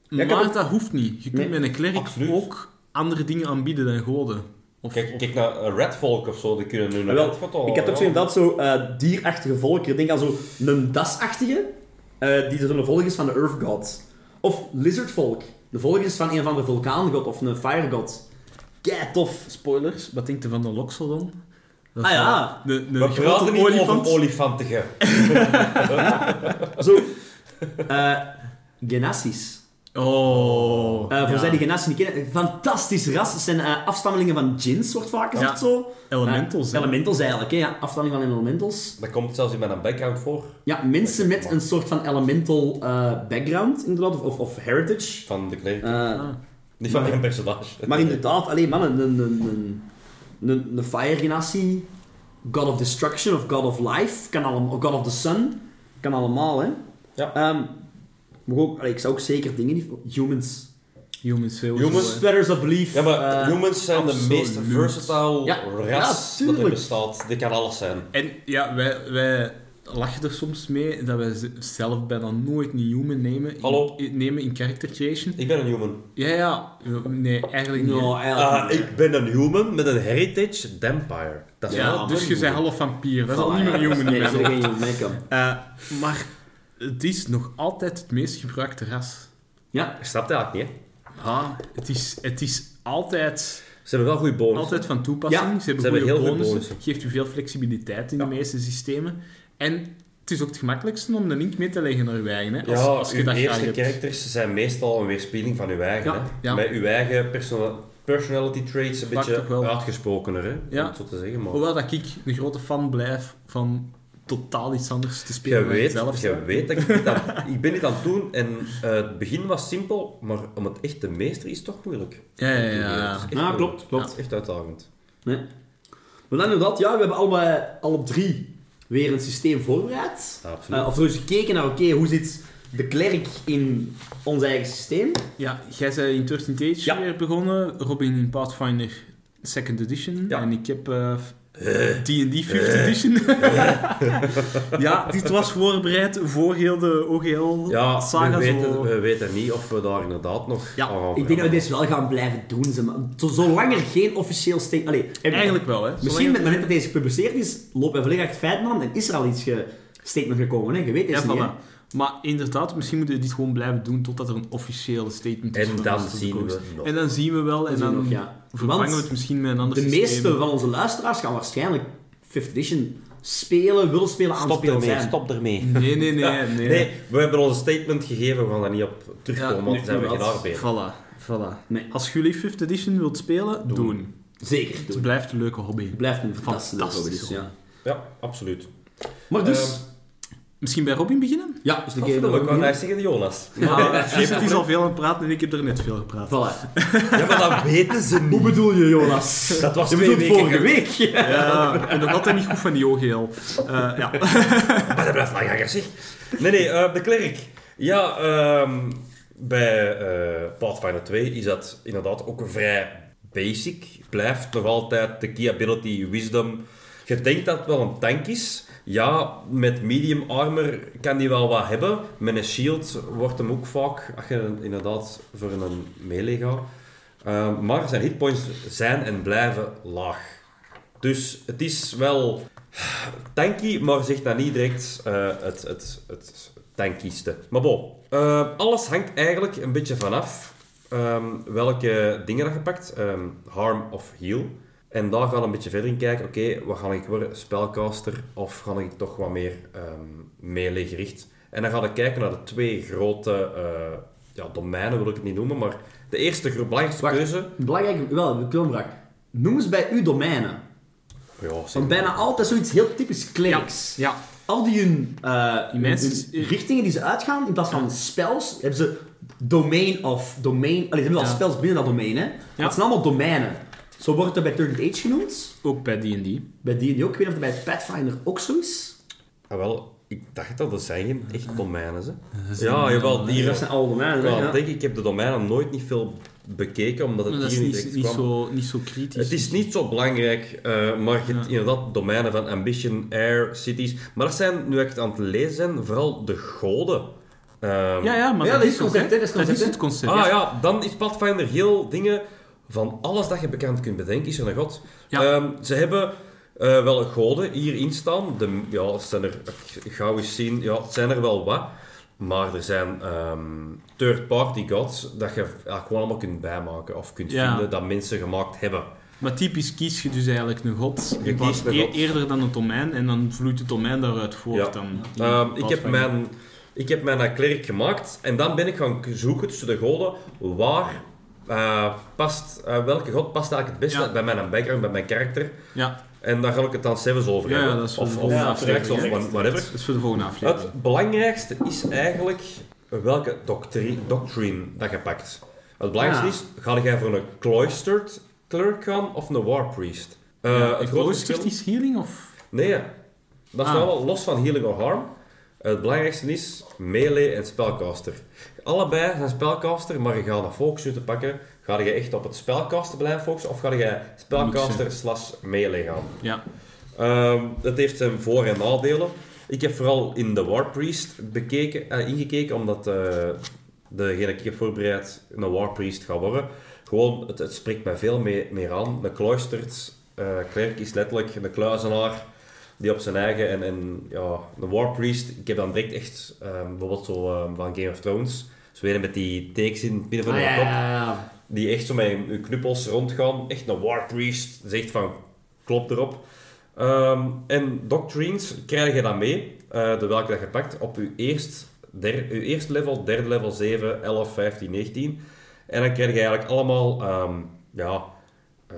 Speaker 2: Ja, ik
Speaker 4: maar
Speaker 2: heb ook-
Speaker 4: dat hoeft niet. Je kunt
Speaker 2: Nee,
Speaker 4: met een klerk
Speaker 1: absoluut.
Speaker 4: ook andere dingen aanbieden dan goden. Of,
Speaker 1: Kijk,
Speaker 4: of-
Speaker 1: kijk naar eh, Red Folk of zo, die kunnen nu naar
Speaker 2: Ah, wel,
Speaker 1: Red Folk al,
Speaker 2: Ik heb ook zo
Speaker 1: ja.
Speaker 2: inderdaad zo eh, dierachtige volkeren. Denk aan zo een dasachtige, eh, die zo'n volk is van de Earth God. Of lizardvolk. De volk is van een van de vulkaangod of een fire god. Kei tof.
Speaker 4: Spoilers, wat denkt u van de Loxodon? Dat
Speaker 2: Ah
Speaker 4: is
Speaker 2: ja,
Speaker 4: wel De,
Speaker 1: We
Speaker 4: de
Speaker 1: praten
Speaker 4: grote
Speaker 1: niet
Speaker 4: olifant.
Speaker 1: over olifantige.
Speaker 2: zo. eh Genassis.
Speaker 4: Oh.
Speaker 2: Eh, voor
Speaker 4: ja.
Speaker 2: zij die Genassis niet kennen, een fantastisch ras. Het zijn eh, afstammelingen van djinns, wordt vaak gezegd
Speaker 4: Ja.
Speaker 2: zo.
Speaker 4: Elementals.
Speaker 2: Eh,
Speaker 4: hè.
Speaker 2: elementals eigenlijk, hè? ja. Afstammeling van elementals.
Speaker 1: Dat komt zelfs in mijn background voor.
Speaker 2: Ja, mensen met een soort van elemental eh, background, inderdaad, of- of, of heritage.
Speaker 1: Van de kleding.
Speaker 2: Eh,
Speaker 4: Ah.
Speaker 1: niet van
Speaker 2: maar-
Speaker 1: mijn personage.
Speaker 2: Maar inderdaad, alleen mannen, een, een, een, een, een fire genasi, god of destruction of god of life, kan allemaal, god of the sun, kan allemaal, hè.
Speaker 1: Ja.
Speaker 2: Ehm, maar ook, allee, ik zou ook zeker dingen niet... Humans.
Speaker 4: Humans. heel
Speaker 1: Humans.
Speaker 4: zo, hè.
Speaker 2: Splatters of belief.
Speaker 1: Ja, maar
Speaker 2: eh,
Speaker 1: humans zijn de
Speaker 4: absoluut.
Speaker 1: meest versatile
Speaker 2: Ja,
Speaker 1: ras
Speaker 2: ja,
Speaker 1: dat er
Speaker 2: tuurlijk.
Speaker 1: bestaat. Dit kan alles zijn.
Speaker 4: En ja, wij, wij lachen er soms mee dat wij z- zelf bijna nooit een human nemen in,
Speaker 1: Hallo?
Speaker 4: in- nemen in character creation.
Speaker 1: Ik ben een human.
Speaker 4: Ja, ja. Nee, eigenlijk niet.
Speaker 2: Nou, eigenlijk
Speaker 1: Ah,
Speaker 2: niet.
Speaker 1: ik ben een human met een heritage vampire. Dat is wel
Speaker 4: ja,
Speaker 1: een
Speaker 4: dus je
Speaker 1: human.
Speaker 4: bent half vampier. Dat is al
Speaker 2: Voilà,
Speaker 4: niet meer
Speaker 2: ja.
Speaker 4: human.
Speaker 2: Nee,
Speaker 4: meer
Speaker 2: dat
Speaker 4: zo.
Speaker 2: is geen human, nee, kan.
Speaker 4: Eh, maar het is nog altijd het meest gebruikte ras.
Speaker 2: Ja,
Speaker 1: Ik snap dat eigenlijk niet. hè.
Speaker 4: Ah, het, is, het is altijd,
Speaker 1: Ze hebben wel goede bonussen.
Speaker 4: altijd van toepassing.
Speaker 2: Ja,
Speaker 4: ze hebben,
Speaker 1: ze hebben
Speaker 4: goede
Speaker 1: heel veel
Speaker 4: bonussen.
Speaker 1: bonussen.
Speaker 4: Geeft u veel flexibiliteit in
Speaker 1: Ja.
Speaker 4: de meeste systemen. En het is ook het gemakkelijkste om de link mee te leggen naar uw eigen. Hè, als,
Speaker 1: ja,
Speaker 4: als je
Speaker 1: uw
Speaker 4: dat graag
Speaker 1: eerste
Speaker 4: hebt.
Speaker 1: characters zijn meestal een weerspiegeling van uw eigen.
Speaker 2: Ja,
Speaker 1: hè?
Speaker 4: ja.
Speaker 1: Met uw eigen persona- personality traits een
Speaker 4: Vaak toch wel.
Speaker 1: beetje uitgesprokener, hè?
Speaker 4: Ja.
Speaker 1: om het zo te zeggen. Maar
Speaker 4: Hoewel dat ik een grote fan blijf van totaal iets anders te spelen
Speaker 1: je
Speaker 4: dan
Speaker 1: weet,
Speaker 4: zelf.
Speaker 1: je weet dat ik dit aan, ik ben dit aan het doen en eh, het begin was simpel, maar om het echt te meesteren is het toch moeilijk.
Speaker 4: Ja, ja, ja,
Speaker 1: Het
Speaker 4: ja.
Speaker 1: is echt
Speaker 2: Ja,
Speaker 1: moeilijk.
Speaker 2: klopt, klopt.
Speaker 1: Het is echt uitdagend.
Speaker 2: Nee. Maar dan inderdaad, ja, we hebben allebei, alle drie weer een systeem voorbereid.
Speaker 1: Ja, absoluut.
Speaker 2: Eh of we eens gekeken naar, oké, hoe zit de klerk in ons eigen systeem?
Speaker 4: Ja, jij bent in 13 Age
Speaker 2: Ja.
Speaker 4: weer begonnen, Robin in Pathfinder 2nd Edition.
Speaker 1: Ja. Eh.
Speaker 4: En ik heb eh, D&D 5th Edition. ja, dit was voorbereid voor heel de OGL
Speaker 1: ja, we
Speaker 4: saga.
Speaker 1: weten,
Speaker 4: zo.
Speaker 1: we weten niet of we daar inderdaad nog
Speaker 2: Ja,
Speaker 1: aan gaan
Speaker 2: ik denk dat we
Speaker 1: veranderen.
Speaker 2: deze wel gaan blijven doen, zeg maar. Zo- Zolang er geen officieel steen... Allee,
Speaker 4: Eigenlijk wel, hè.
Speaker 2: Misschien met het moment dat deze gepubliceerd is, lopen we volledig het feit na en is er al iets ge... statement gekomen, hè. Je weet
Speaker 4: Ja,
Speaker 2: het niet, hè.
Speaker 4: voilà. Maar inderdaad, misschien moeten we dit gewoon blijven doen totdat er een officiële statement is.
Speaker 1: En
Speaker 4: van
Speaker 1: dan
Speaker 4: ons tot de
Speaker 1: zien
Speaker 4: koers.
Speaker 1: we nog.
Speaker 4: En dan zien we wel. En
Speaker 2: zien we
Speaker 4: dan
Speaker 2: nog, ja.
Speaker 4: vervangen
Speaker 2: Want
Speaker 4: we het misschien met een ander
Speaker 2: De
Speaker 4: systeem.
Speaker 2: meeste van onze luisteraars gaan waarschijnlijk 5th edition spelen, wil spelen, aanspelen zijn.
Speaker 1: ermee.
Speaker 4: Nee, nee, nee.
Speaker 1: Ja,
Speaker 4: nee.
Speaker 1: Nee, we hebben ons statement gegeven, we gaan daar niet op terugkomen,
Speaker 4: Ja,
Speaker 1: want dan zijn we geen
Speaker 2: inderdaad.
Speaker 1: arbeider.
Speaker 4: Voilà, voilà.
Speaker 2: Nee.
Speaker 4: Als jullie 5th edition wilt spelen, doen.
Speaker 2: Zeker.
Speaker 4: Het
Speaker 2: Het
Speaker 4: blijft een leuke hobby.
Speaker 2: blijft een fantastische
Speaker 4: Fantastisch, Ehm,
Speaker 2: hobby, dus,
Speaker 4: hoor.
Speaker 2: ja.
Speaker 1: Ja, absoluut.
Speaker 2: Maar dus...
Speaker 1: Ehm,
Speaker 4: Misschien bij Robin beginnen?
Speaker 2: Ja, dus de
Speaker 1: Dat
Speaker 2: game
Speaker 1: wil ik
Speaker 2: ook
Speaker 1: wel
Speaker 2: niet.
Speaker 1: nice tegen de Jonas.
Speaker 4: Maar het is al veel aan het praten en ik heb er net veel gepraat.
Speaker 2: Voilà.
Speaker 1: Ja, maar dat weten ze
Speaker 2: Hoe
Speaker 1: niet.
Speaker 2: bedoel je, Jonas?
Speaker 1: Dat was
Speaker 2: je
Speaker 1: twee
Speaker 2: bedoelt
Speaker 1: weken
Speaker 2: vorige week.
Speaker 4: Ja, en nog altijd niet goed van die OGL. Eh ja.
Speaker 1: Maar dat blijft lang agressief. Nee, nee, eh, de klerk. Ja, ehm, bij eh, Pathfinder 2 is dat inderdaad ook vrij basic. Blijft nog altijd de key ability wisdom. Je denkt dat het wel een tank is. Ja, met medium armor kan die wel wat hebben. Met een shield wordt hem ook vaak, als je inderdaad voor een melee gaat. Eh, maar zijn hitpoints zijn en blijven laag. Dus het is wel tanky, maar zegt dat niet direct eh, het, het, het tankieste. Maar bon, eh, alles hangt eigenlijk een beetje vanaf ehm, welke dingen dat je pakt. Ehm, harm of heal. En daar gaan we een beetje verder in kijken. Oké, wat ga ik worden? Spelcaster of ga ik toch wat meer ehm melee gericht? En dan gaan we kijken naar de twee grote eh, ja, domeinen, wil ik het niet noemen, maar de eerste gro- belangrijkste
Speaker 2: Wacht.
Speaker 1: keuze...
Speaker 2: Belangrijk, wel, ik wil een vraag. Noem eens bij u domeinen.
Speaker 1: Ja, zeg
Speaker 2: Want
Speaker 1: maar.
Speaker 2: bijna altijd zoiets heel typisch clerics.
Speaker 4: ja.
Speaker 2: Al die hun, eh, hun-
Speaker 4: mensen-
Speaker 2: hun richtingen die ze uitgaan, in plaats van spells, hebben ze domain of domain... Allee, ze hebben wel
Speaker 4: Ja.
Speaker 2: spells binnen dat domein, hè. Dat zijn allemaal domeinen. Zo wordt dat bij Turtle Age genoemd.
Speaker 4: Ook bij D&D.
Speaker 2: Bij D&D ook. Ik weet niet of dat bij Pathfinder ook zo is.
Speaker 1: Ah, wel, ik dacht dat dat zijn geen echt domeinen, ze. Ja, jawel, die
Speaker 2: Dat zijn alle domeinen,
Speaker 1: Ja,
Speaker 2: hè. ja.
Speaker 1: ik denk ik heb de domeinen nooit niet veel bekeken, omdat het
Speaker 4: Dat is
Speaker 1: hier niet
Speaker 4: niet,
Speaker 1: direct
Speaker 4: niet,
Speaker 1: kwam.
Speaker 4: zo, niet zo kritisch.
Speaker 1: Het is niet zo belangrijk, eh, maar je hebt inderdaad domeinen van ambition, air, cities. Maar dat zijn, nu ik het aan het lezen ben, vooral de goden. Ehm,
Speaker 4: Ja, ja, maar
Speaker 2: Ja,
Speaker 4: dat,
Speaker 2: dat
Speaker 4: is
Speaker 2: is
Speaker 4: hè.
Speaker 2: concept, hè, dat is
Speaker 4: Dat
Speaker 2: concept,
Speaker 4: is het concept.
Speaker 1: Ah ja, dan is Pathfinder heel dingen van alles dat je bekend kunt bedenken, is er een god.
Speaker 4: Ja.
Speaker 1: Ehm, ze hebben eh, wel goden hierin staan. De, ja, het zijn er, ik ga eens zien, ja, het zijn er wel wat. Maar er zijn ehm, third-party gods dat je ja, gewoon allemaal kunt bijmaken of kunt
Speaker 4: Ja.
Speaker 1: vinden dat mensen gemaakt hebben.
Speaker 4: Maar typisch kies je dus eigenlijk een god.
Speaker 1: Je
Speaker 4: in
Speaker 1: kiest
Speaker 4: plaats-
Speaker 1: een
Speaker 4: eer-
Speaker 1: god.
Speaker 4: eerder dan het domein en dan vloeit het domein daaruit voort.
Speaker 1: Ja.
Speaker 4: Dan,
Speaker 1: Ehm,
Speaker 4: In
Speaker 1: ik,
Speaker 4: plaats
Speaker 1: heb
Speaker 4: van-
Speaker 1: mijn, ik heb mijn eh, klerk gemaakt en dan ben ik gaan k- zoeken tussen de goden waar eh, past, eh, welke god past eigenlijk het beste
Speaker 4: Ja.
Speaker 1: bij mijn background, bij mijn karakter.
Speaker 4: Ja.
Speaker 1: En daar ga ik het dan zelfs over
Speaker 4: Ja,
Speaker 1: hebben.
Speaker 4: ja, dat is
Speaker 1: of
Speaker 4: wel-
Speaker 1: of
Speaker 4: ja,
Speaker 1: abstracts of
Speaker 5: terecht.
Speaker 1: wa- whatever.
Speaker 4: Dat is voor de volgende aflevering.
Speaker 1: Het belangrijkste is eigenlijk welke doctrine, doctrine dat je pakt. Het belangrijkste is, ga jij voor een cloistered clerk gaan of een war priest? Eh,
Speaker 4: Ja,
Speaker 1: het
Speaker 4: ik
Speaker 1: grote
Speaker 4: geloof
Speaker 1: verschil-
Speaker 4: het is healing of...
Speaker 1: Nee, dat is
Speaker 4: Ah.
Speaker 1: nou wel los van healing or harm. Het belangrijkste is melee en spelcaster. Allebei zijn spelcaster, maar je gaat een focus moeten pakken. Ga je echt op het spelcaster blijven focussen of ga je spelcaster slash melee gaan?
Speaker 4: Ja.
Speaker 1: Ehm, dat heeft zijn voor- en nadelen. Ik heb vooral in de War Priest bekeken, eh, ingekeken, omdat eh degene die ik heb voorbereid een War Priest gaat worden. Gewoon, het, het spreekt mij veel mee- meer aan. De cloistered eh klerk is letterlijk een kluizenaar die op zijn eigen... En, en ja, de War Priest, ik heb dan direct echt, ehm, bijvoorbeeld zo ehm, van Game of Thrones, zo weer met die tekens in het midden van
Speaker 2: Ah,
Speaker 1: de
Speaker 2: ja,
Speaker 1: kop
Speaker 2: ja, ja.
Speaker 1: die echt zo met hun knuppels rondgaan. Echt een war priest. Zegt van, klop erop. Ehm, en doctrines krijg je dan mee, eh, de welke dat je pakt, op je eerst, der, uw eerste level, derde level, 7, 11, 15, 19. En dan krijg je eigenlijk allemaal, ehm, ja, eh,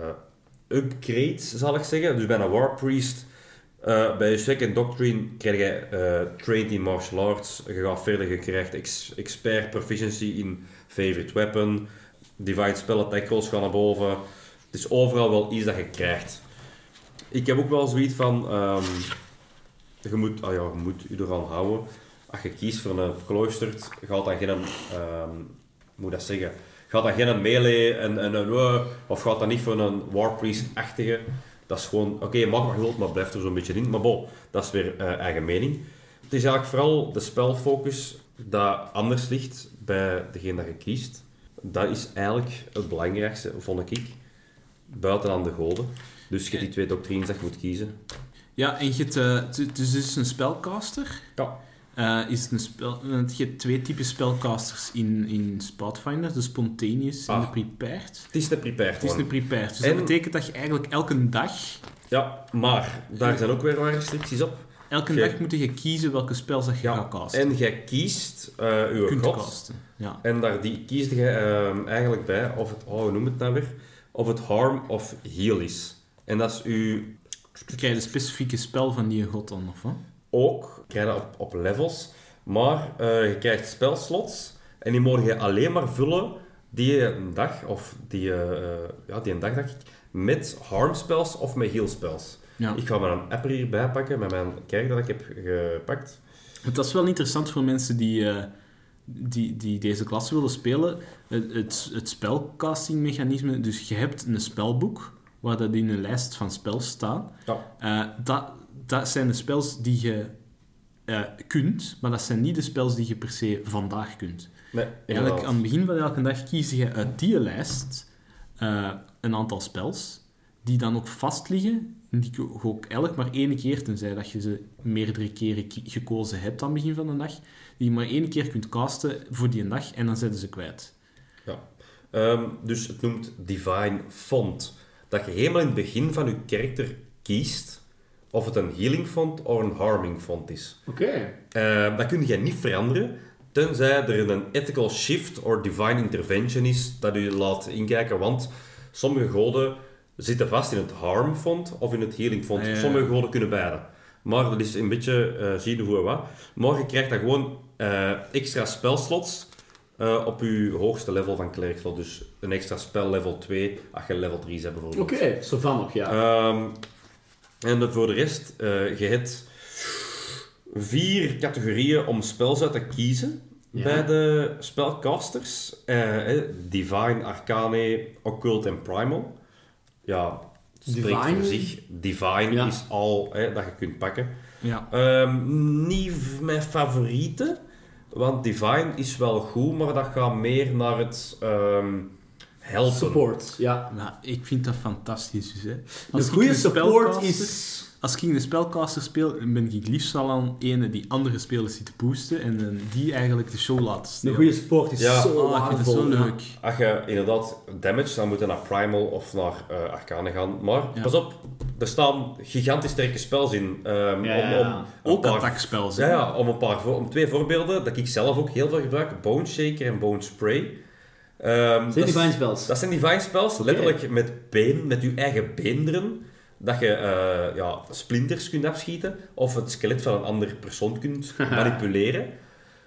Speaker 1: upgrades, zal ik zeggen. Dus bij een war priest, eh, bij je second doctrine krijg je eh trained in martial arts. Je gaat verder, je krijgt ex- expert proficiency in favorite weapon. Divine Spell Attack rolls gaan naar boven. Het is overal wel iets dat je krijgt. Ik heb ook wel zoiets van... ehm, je, moet, ah ja, je moet je eraan houden. Als je kiest voor een cloistered, gaat dat geen... ehm, hoe moet dat zeggen? Gaat dat geen melee en, en een... eh, of gaat dat niet voor een Warpriest-achtige? Dat is gewoon... Oké, mag wat je wilt, maar blijf er zo'n beetje in. Maar bon, dat is weer eh, eigen mening. Het is eigenlijk vooral de spelfocus dat anders ligt bij degene dat je kiest. Dat is eigenlijk het belangrijkste, vond ik. Buiten aan de goden. Dus je hebt die twee doctrines dat je moet kiezen.
Speaker 4: Ja, en je hebt, eh, t- dus het is een spelcaster.
Speaker 1: Ja.
Speaker 4: Eh, is het een spel, want je hebt twee typen spelcasters in, in Spotfinder. De spontaneous en
Speaker 1: Ah.
Speaker 4: de prepared.
Speaker 1: Het is de prepared
Speaker 4: Het is de
Speaker 1: one.
Speaker 4: prepared. Dus
Speaker 1: En-
Speaker 4: dat betekent dat je eigenlijk elke dag...
Speaker 1: Ja, maar daar zijn ook weer wat restricties op.
Speaker 4: Elke
Speaker 1: Oké.
Speaker 4: dag moet je gaan welke spels dat je
Speaker 1: Ja,
Speaker 4: gaat casten.
Speaker 1: En jij kiest eh je
Speaker 4: kunt
Speaker 1: god.
Speaker 4: casten. Ja.
Speaker 1: En daar die, kiest je ehm, eigenlijk bij of het, oh, hoe noem het nou weer? Of het harm of heal is. En dat is uw
Speaker 4: Je krijgt een specifieke spel van die god dan, of wat?
Speaker 1: ook krijg je dat op, op levels, maar eh, je krijgt spelslots en die mogen je alleen maar vullen die een dag of die, eh, eh, ja, die een dag dacht ik, met harmspels of met healspels.
Speaker 4: Ja.
Speaker 1: Ik ga maar een app hierbij pakken met mijn kerk dat ik heb gepakt.
Speaker 4: Want dat is wel interessant voor mensen die, eh, die, die deze klasse willen spelen. Het, het, het spelcastingmechanisme. Dus je hebt een spelboek, waar dat in een lijst van spels staan.
Speaker 1: Ja.
Speaker 4: Eh, dat, dat zijn de spels die je eh, kunt, maar dat zijn niet de spels die je per se vandaag kunt.
Speaker 1: Nee,
Speaker 4: Eigenlijk
Speaker 1: inderdaad.
Speaker 4: aan het begin van elke dag kies je uit die lijst eh, een aantal spels, die dan ook vast liggen. En die je ook elk maar één keer, tenzij dat je ze meerdere keren ki- gekozen hebt aan het begin van de dag, die je maar één keer kunt casten voor die dag en dan zetten ze kwijt.
Speaker 1: Ehm, dus het noemt Divine Font. Dat je helemaal in het begin van je karakter kiest of het een healing font of een harming font is.
Speaker 2: Oké.
Speaker 1: Eh, dat kun je niet veranderen, tenzij er een ethical shift of divine intervention is dat u laat inkijken. Want sommige goden zitten vast in het harm font of in het healing font.
Speaker 4: Ah, ja, ja.
Speaker 1: Sommige goden kunnen beide. Maar dat is een beetje eh zien hoe en wat. Maar je krijgt dan gewoon eh, extra spelslots eh, op je hoogste level van klerkslot. Dus een extra spel level 2 als je level 3 hebt bijvoorbeeld.
Speaker 2: Oké, zo van nog, ja.
Speaker 1: Ehm, en dan voor de rest, eh, je hebt vier categorieën om spels uit te kiezen
Speaker 2: Ja.
Speaker 1: bij de spelcasters. Eh, eh, Divine, Arcane, Occult en Primal. Ja, het spreekt
Speaker 2: Divine?
Speaker 1: voor zich. Divine
Speaker 2: Ja.
Speaker 1: is al eh, dat je kunt pakken.
Speaker 4: Ja.
Speaker 1: Ehm, niet v- mijn favoriete, want Divine is wel goed, maar dat gaat meer naar het ehm, helpen.
Speaker 2: Support, ja.
Speaker 4: Maar ik vind dat fantastisch. Dus, hè.
Speaker 2: Een
Speaker 4: ik
Speaker 2: goede
Speaker 4: een
Speaker 2: support
Speaker 4: spelcaster-
Speaker 2: is...
Speaker 4: Als ik een spelcaster speel, ben ik liefst al aan ene die andere spelers ziet boosten en eh, die eigenlijk de show laat
Speaker 2: Een
Speaker 4: stelen.
Speaker 2: goede support is
Speaker 1: Ja.
Speaker 2: zo
Speaker 4: Ah, ik vind dat zo
Speaker 2: waardevol.
Speaker 4: leuk.
Speaker 1: Als je inderdaad damage, dan moet je naar Primal of naar eh Arcane gaan. Maar
Speaker 4: Ja.
Speaker 1: pas op, er staan gigantisch sterke spels in. Ehm,
Speaker 2: Ja, ja, ja.
Speaker 1: om
Speaker 4: Ook
Speaker 1: een paar-
Speaker 4: attackspel
Speaker 1: Ja,
Speaker 4: zijn.
Speaker 1: ja, om, een paar, voor- om twee voorbeelden dat ik zelf ook heel veel gebruik: Bone Shaker en Bone Spray. Ehm, dat
Speaker 2: Zijn
Speaker 1: is-
Speaker 2: die fine spells?
Speaker 1: Dat zijn divine spells, letterlijk met been, met je eigen beenderen, dat je eh, ja, splinters kunt afschieten of het skelet van een andere persoon kunt manipuleren.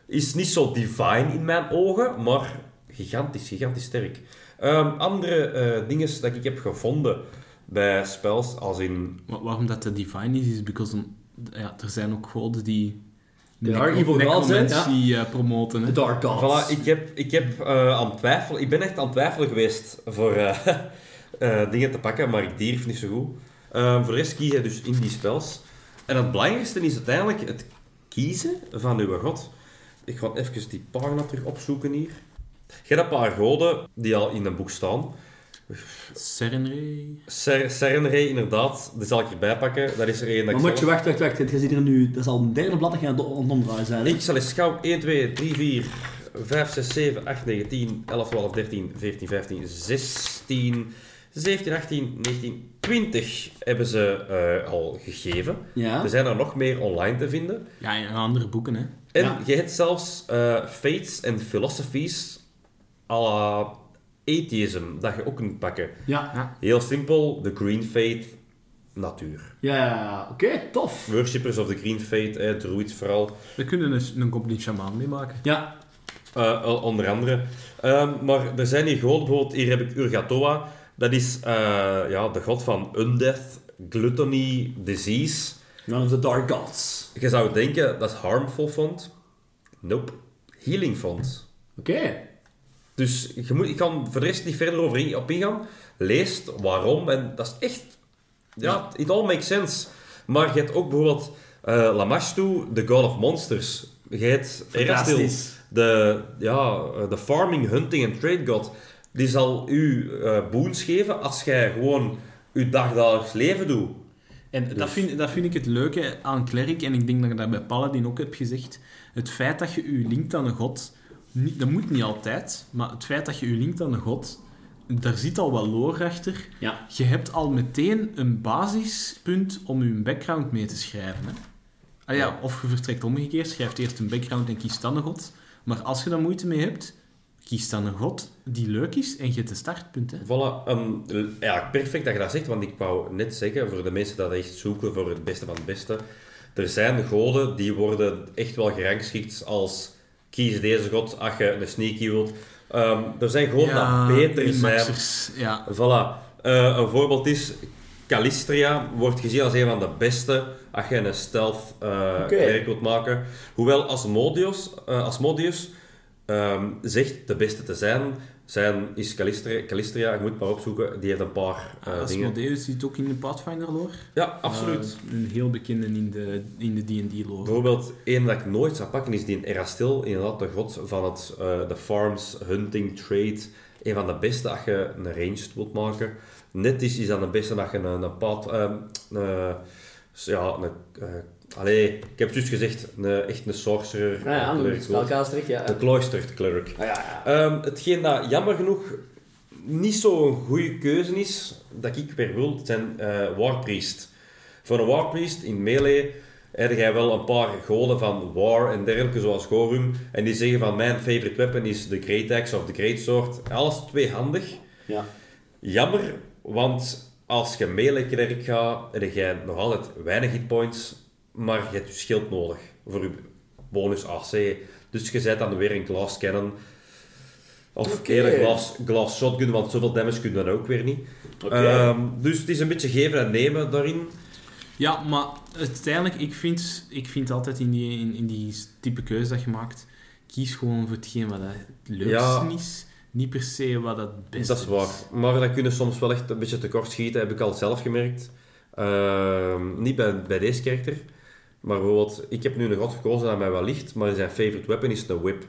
Speaker 1: Is niet zo divine in mijn ogen, maar gigantisch, gigantisch sterk. Ehm, andere eh dingen dat ik heb gevonden bij spells, als in...
Speaker 4: Wa- waarom dat de divine is, is because om- ja, er zijn ook goden die
Speaker 2: There are evil gods, hè?
Speaker 4: necromancy eh, promoten.
Speaker 2: De
Speaker 4: Hè.
Speaker 2: Dark Gods.
Speaker 1: Voilà, ik, heb, ik, heb, eh, aan het twijfelen, ik ben echt aan het twijfelen geweest voor eh, eh, dingen te pakken, maar ik dierf niet zo goed. Ehm, voor de rest kies je dus in die spels. En het belangrijkste is uiteindelijk het kiezen van uw god. Ik ga even die pagina terug opzoeken hier. Je hebt een paar goden die al in een boek staan.
Speaker 4: Serenray.
Speaker 1: Ser Serenray, inderdaad, die zal ik erbij pakken. Dat is er één dat
Speaker 2: Maar
Speaker 1: ik
Speaker 2: moet je
Speaker 1: zelf-
Speaker 2: wacht, wacht, wacht. Je ziet er nu... Dat is al een derde blad dat je aan het om- omdraaien zijn. hè?
Speaker 1: Ik zal eens gauw 1, 2, 3, 4, 5, 6, 7, 8, 9, 10, 11, 12, 13, 14, 15, 16, 17, 18, 19, 20 hebben ze eh, al gegeven.
Speaker 2: Ja.
Speaker 1: Er zijn er nog meer online te vinden.
Speaker 4: Ja, en andere boeken, hè.
Speaker 1: En
Speaker 2: Ja.
Speaker 1: je hebt zelfs eh, Fates en Philosophies à la Atheism, dat je ook kunt pakken.
Speaker 2: Ja,
Speaker 1: Heel simpel, de Green Fate, natuur.
Speaker 2: ja, ja. Oké, tof.
Speaker 1: Worshippers of the Green Fate, eh, druids vooral.
Speaker 4: We kunnen een, een complete shaman mee maken.
Speaker 2: Ja.
Speaker 1: Eh, o- onder andere. Ehm, maar er zijn hier goden, bijvoorbeeld, hier heb ik Urgatoa. Dat is eh, ja, de god van undeath, gluttony, disease.
Speaker 2: One of the Dark Gods.
Speaker 1: Je zou denken, dat is harmful font. Nope. Healing font.
Speaker 2: Oké.
Speaker 1: Dus je moet, ik kan voor de rest niet verder over in- op ingaan. Leest waarom. En dat is echt... Ja, it all makes sense. Maar je hebt ook bijvoorbeeld eh Lamashtu, de god of monsters. Je hebt Erastil,
Speaker 2: Fantastisch.
Speaker 1: de, ja, eh, de farming, hunting en trade god. Die zal u eh boons geven als jij gewoon je dagdagelijks leven doet.
Speaker 4: En dat, vind, dat vind ik het leuke aan Cleric, en ik denk dat je dat bij Paladin ook hebt gezegd. Het feit dat je je linkt aan een god, niet, dat moet niet altijd, maar het feit dat je je linkt aan een god, daar zit al wat lore achter.
Speaker 2: Ja.
Speaker 4: Je hebt al meteen een basispunt om je background mee te schrijven. Hè? Ah ja, Of je vertrekt omgekeerd, schrijft eerst een background en kiest dan een god. Maar als je daar moeite mee hebt, kies dan een god die leuk is en je hebt een startpunt. Hè?
Speaker 1: Voilà, ehm, ja, perfect dat je dat zegt, want ik wou net zeggen, voor de mensen die dat echt zoeken voor het beste van het beste, er zijn goden die worden echt wel gerangschikt als kies deze god als je een sneaky wilt. Ehm, er zijn goden dat beter zijn.
Speaker 4: min-maxers, Ja.
Speaker 1: Voilà. Eh, een voorbeeld is, Calistria wordt gezien als een van de beste als je een stealth eh cleric wilt maken. Hoewel Asmodeus, eh, Asmodeus ehm, zegt de beste te zijn, zijn is Calistria, Calistria, je moet het maar opzoeken, die heeft een paar eh, dingen.
Speaker 4: Asmodeus zit ook in de Pathfinder lore.
Speaker 1: Ja, absoluut.
Speaker 4: Eh, een heel bekende in de in de D&D lore.
Speaker 1: Bijvoorbeeld, één dat ik nooit zou pakken is die Erastil, inderdaad de god van het, eh, de farms, hunting, trade. Een van de beste als je een ranged wilt maken. Net is, is dan de beste dat je een, een pad... ehm, een- ja, een... eh, allee, ik heb juist gezegd, een, echt een sorcerer.
Speaker 2: Ah Ja, ja.
Speaker 1: een
Speaker 2: een
Speaker 1: cleric wilt.
Speaker 2: Spelcaster, ja.
Speaker 1: Een cloistered cleric.
Speaker 2: Ah, ja, ja.
Speaker 1: Ehm, hetgeen dat jammer genoeg niet zo'n goede keuze is, dat ik weer wil, zijn eh, Warpriest. Voor een Warpriest in Melee heb jij wel een paar goden van War en dergelijke, zoals Gorum. En die zeggen van mijn favorite weapon is de Great Axe of de Great Sword. Alles tweehandig.
Speaker 2: Ja.
Speaker 1: Jammer, want als je melee klerk gaat, heb je nog altijd weinig hitpoints, maar je hebt je schild nodig voor je bonus AC. Dus je zet dan weer een glass cannon. Of
Speaker 2: Oké.
Speaker 1: eerder glass, glass shotgun, want zoveel damage kun je dan ook weer niet.
Speaker 2: Oké.
Speaker 1: Ehm, dus het is een beetje geven en nemen daarin.
Speaker 4: Ja, maar uiteindelijk, ik vind, ik vind altijd in die, in, in die type keuze dat je maakt, kies gewoon voor hetgeen wat het leukste
Speaker 1: Ja.
Speaker 4: is. Niet per se wat het beste
Speaker 1: dat is waar. Maar dat kunnen soms wel echt een beetje tekort schieten, heb ik al zelf gemerkt. Ehm, niet bij, bij deze karakter. Maar bijvoorbeeld, ik heb nu een god gekozen dat mij wel ligt, maar zijn favorite weapon is een whip.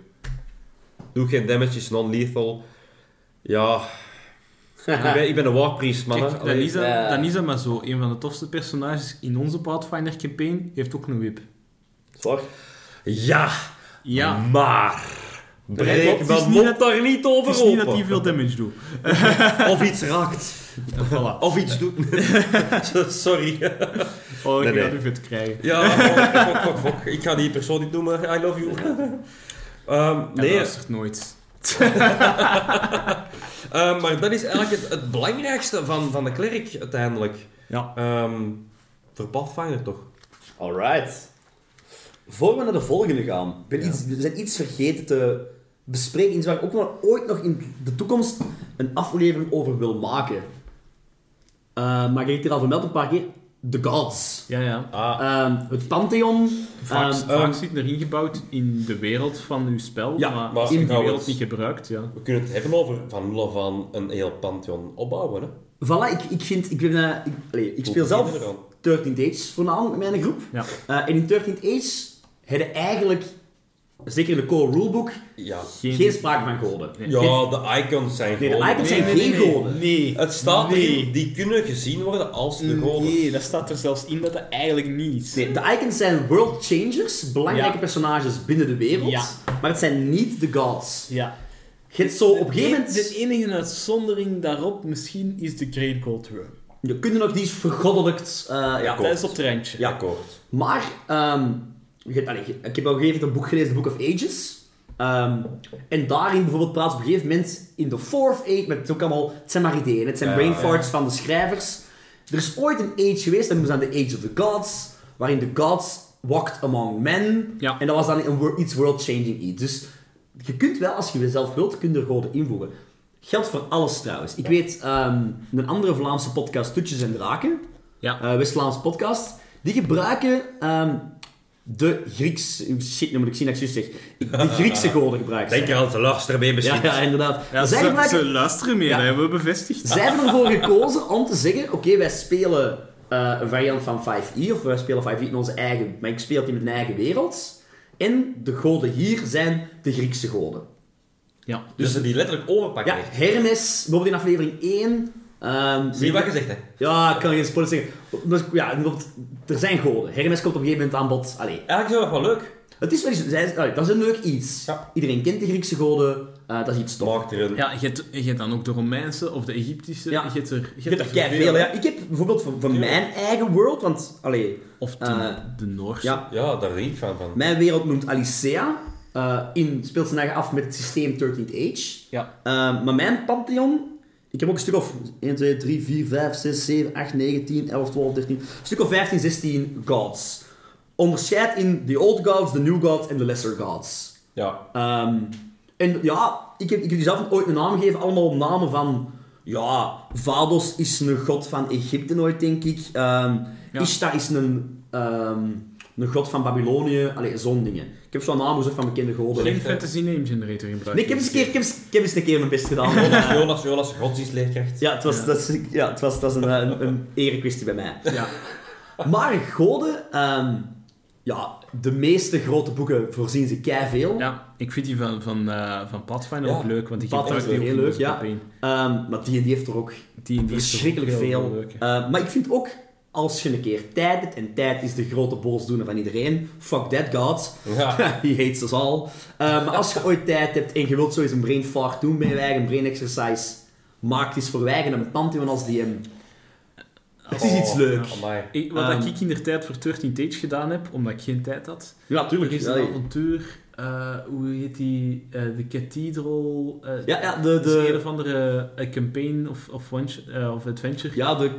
Speaker 1: Doe geen damage, is non-lethal. Ja, Ik ben, ik ben een warpriest, man.
Speaker 4: Kijk,
Speaker 1: hè. Allee.
Speaker 4: Danisa,
Speaker 2: Ja.
Speaker 4: Danisa maar zo, een van de tofste personages in onze Pathfinder campaign, heeft ook een whip.
Speaker 2: Zwaar.
Speaker 1: Ja,
Speaker 4: Ja,
Speaker 1: Mm. maar...
Speaker 4: klopt,
Speaker 1: Breek
Speaker 4: het
Speaker 1: mijn
Speaker 4: is niet
Speaker 1: mond
Speaker 4: dat-
Speaker 1: daar niet over
Speaker 4: het is niet
Speaker 1: open.
Speaker 4: dat hij veel damage doet.
Speaker 1: Of iets raakt.
Speaker 4: Eh, voilà.
Speaker 1: Of iets doet. Sorry.
Speaker 4: Oh, ik
Speaker 1: Nee,
Speaker 4: ga
Speaker 1: nee.
Speaker 4: nu vet krijgen.
Speaker 1: Ja, fuck, fuck, fuck, fuck. Ik ga die persoon niet noemen. I love you. Ehm,
Speaker 4: Hij
Speaker 1: nee,
Speaker 4: luistert nooit.
Speaker 1: ehm, maar dat is eigenlijk het, het belangrijkste van, van de klerk uiteindelijk.
Speaker 4: Ja.
Speaker 1: Ehm voor Pathfinder toch?
Speaker 2: Alright. Voor we naar de volgende gaan, ik ben iets, we zijn iets vergeten te bespreken. Iets waar ik ook nog ooit nog in de toekomst een aflevering over wil maken. Eh, maar ik heb het hier al vermeld een paar keer. The Gods.
Speaker 4: Ja, ja.
Speaker 1: Ah.
Speaker 2: Ehm, het Pantheon.
Speaker 4: Vaak,
Speaker 2: Ehm,
Speaker 4: vaak
Speaker 1: ehm,
Speaker 4: zit er ingebouwd in de wereld van uw spel,
Speaker 1: Ja,
Speaker 4: maar,
Speaker 1: maar
Speaker 4: als je
Speaker 1: ik
Speaker 4: die
Speaker 2: nou
Speaker 1: hou
Speaker 4: wereld
Speaker 1: het.
Speaker 4: niet gebruikt, ja.
Speaker 1: We kunnen het hebben over van nul van een heel pantheon opbouwen. Hè?
Speaker 2: Voilà, ik, ik vind... Ik, ben, eh, ik, allee, ik speel
Speaker 1: Hoe
Speaker 2: zelf
Speaker 1: beginnen we eraan?
Speaker 2: 13 Days voornamelijk met mijn groep.
Speaker 4: Ja.
Speaker 2: Eh, en in 13 Days hadden eigenlijk, zeker in de core rulebook,
Speaker 1: Ja.
Speaker 4: Geen-
Speaker 2: geen sprake van goden.
Speaker 4: Nee.
Speaker 1: ja, de icons zijn
Speaker 2: Nee, de
Speaker 1: gewoon-
Speaker 2: icons zijn geen goden.
Speaker 5: Nee.
Speaker 1: Het staat
Speaker 5: nee.
Speaker 1: erin, die kunnen gezien worden als de goden.
Speaker 5: Nee, dat staat er zelfs in dat dat eigenlijk niet is.
Speaker 2: Nee, de icons zijn world changers, belangrijke
Speaker 5: Ja.
Speaker 2: personages binnen de wereld,
Speaker 5: Ja.
Speaker 2: maar het zijn niet de gods.
Speaker 5: Ja.
Speaker 2: Je hebt zo op een gegeven moment...
Speaker 5: De enige uitzondering daarop misschien is de Great Gold Run.
Speaker 2: Je kunt nog die is vergoddelijkt. eh, ja.
Speaker 5: Dat is op het randje.
Speaker 1: Ja, akkoord.
Speaker 2: Maar, ehm, je hebt, allee, ik heb op een gegeven moment een boek gelezen, The Book of Ages. Ehm, en daarin bijvoorbeeld praat op een gegeven moment in de Fourth Age, met het is ook allemaal, het zijn maar ideeën, het zijn
Speaker 1: Ja,
Speaker 2: brain
Speaker 1: ja.
Speaker 2: farts van de schrijvers. Er is ooit een age geweest, dat noemen ze dan de Age of the Gods, waarin de gods walked among men.
Speaker 4: Ja.
Speaker 2: En dat was dan een, wor- iets world-changing iets. Dus je kunt wel, als je zelf wilt, kun je er goden invoegen. Geldt voor alles trouwens. Ik weet, ehm, een andere Vlaamse podcast, Toetjes en Draken,
Speaker 4: Ja.
Speaker 2: eh, West-Vlaams podcast, die gebruiken ehm, de Griekse... Shit, nu moet ik zien dat ik het juist zeg. De Griekse goden gebruiken
Speaker 1: Denk
Speaker 2: ze.
Speaker 1: er aan te luisteren mee
Speaker 2: Ja,
Speaker 1: misschien.
Speaker 2: ja, inderdaad.
Speaker 4: Ja,
Speaker 2: zij,
Speaker 4: ze,
Speaker 2: gebruiken,
Speaker 4: ze luisteren meer,
Speaker 2: Ja.
Speaker 4: dat hebben we bevestigd.
Speaker 2: zij hebben ervoor gekozen om te zeggen, oké, wij spelen eh, een variant van 5e, of wij spelen 5e in onze eigen... Maar ik speel het in mijn eigen wereld. En de goden hier zijn de Griekse goden.
Speaker 4: Ja.
Speaker 1: Dus ze die letterlijk overpakken.
Speaker 2: Ja,
Speaker 1: echt.
Speaker 2: Hermes, bijvoorbeeld in aflevering 1... ehm,
Speaker 1: Zie je wat gezegd, hè?
Speaker 2: Ja, ik kan geen spoilers zeggen. Maar, Ja, bijvoorbeeld, er zijn goden. Hermes komt op een gegeven moment aan bod. Allee,
Speaker 1: Eigenlijk is dat nog wel leuk.
Speaker 2: Het is wel iets, zij- allee, dat is een leuk iets.
Speaker 1: Ja.
Speaker 2: Iedereen kent de Griekse goden, eh, dat is iets tof.
Speaker 1: Maagderen.
Speaker 4: Ja, je hebt, je hebt dan ook de Romeinse of de Egyptische.
Speaker 2: Ja.
Speaker 4: Je hebt er, je
Speaker 2: Je hebt
Speaker 4: er
Speaker 2: er keiveel,
Speaker 4: veel,
Speaker 2: ja. Ik heb bijvoorbeeld voor, voor mijn eigen world, want allee,
Speaker 4: Of de,
Speaker 2: Eh,
Speaker 4: de Noorse.
Speaker 2: ja,
Speaker 1: Ja, daar denk ik van. van.
Speaker 2: mijn wereld noemt Alicea. eh, in, speelt zijn eigen af met het systeem 13th Age.
Speaker 4: Ja.
Speaker 2: Eh, maar mijn pantheon, ik heb ook een stuk of 1, 2, 3, 4, 5, 6, 7, 8, 9, 10, 11, 12, 13. Een stuk of 15, 16 gods. Onderscheid in de old gods, de new gods en de lesser gods.
Speaker 1: Ja.
Speaker 2: Ehm, en ja, ik heb, ik heb die zelf ooit een naam gegeven, allemaal namen van... Ja, Vados is een god van Egypte ooit, denk ik. Ehm
Speaker 4: Ja.
Speaker 2: Ishtar is een, ehm, een god van Babylonië. Allee, zo'n dingen. Ik heb zo'n naam gezegd van bekende goden.
Speaker 4: Geen fantasy name generator gebruiken.
Speaker 2: Nee, Eh, ik heb eens een keer, ik heb eens, ik heb eens een keer mijn best gedaan.
Speaker 1: Jonas, Jonas, Jonas, godsdienstleerkracht.
Speaker 2: ja, het was, Dat is, ja, het was, dat is een, eh, een, een erekwestie bij mij.
Speaker 4: Ja.
Speaker 2: Maar goden... ehm, ja, de meeste grote boeken voorzien ze keiveel.
Speaker 4: ja, ik vind die van, van, eh, van Pathfinder
Speaker 1: Ja,
Speaker 4: ook leuk, want die
Speaker 2: Pathfinder
Speaker 4: gebruikt die ook
Speaker 2: is
Speaker 4: in
Speaker 2: heel
Speaker 4: onze
Speaker 2: leuk, ja.
Speaker 4: campaign.
Speaker 2: Ehm, maar die, die heeft er ook
Speaker 4: Die die is
Speaker 2: verschrikkelijk
Speaker 4: ook heel
Speaker 2: veel.
Speaker 4: leuk, hè.
Speaker 2: Eh, maar ik vind ook, als je een keer tijd hebt, en tijd is de grote boosdoener van iedereen, fuck that god,
Speaker 1: Ja.
Speaker 2: he hates us all. Eh, maar als je ooit tijd hebt en je wilt zoiets een brain fart doen met je eigen brain exercise, maak eens voor wijgen een pantheon als DM. Het is iets
Speaker 1: Oh,
Speaker 2: leuk.
Speaker 1: amai.
Speaker 4: Ik, wat
Speaker 2: Ehm,
Speaker 4: dat ik in de tijd voor 13 Tage gedaan heb, omdat ik geen tijd had,
Speaker 2: Ja, tuurlijk.
Speaker 4: er is
Speaker 2: Ja,
Speaker 4: een avontuur, eh, hoe heet die, eh, de Cathedral, eh,
Speaker 2: ja, ja, de,
Speaker 4: het is een
Speaker 2: de,
Speaker 4: of andere eh, campaign of, of, one- eh, of adventure.
Speaker 2: ja, de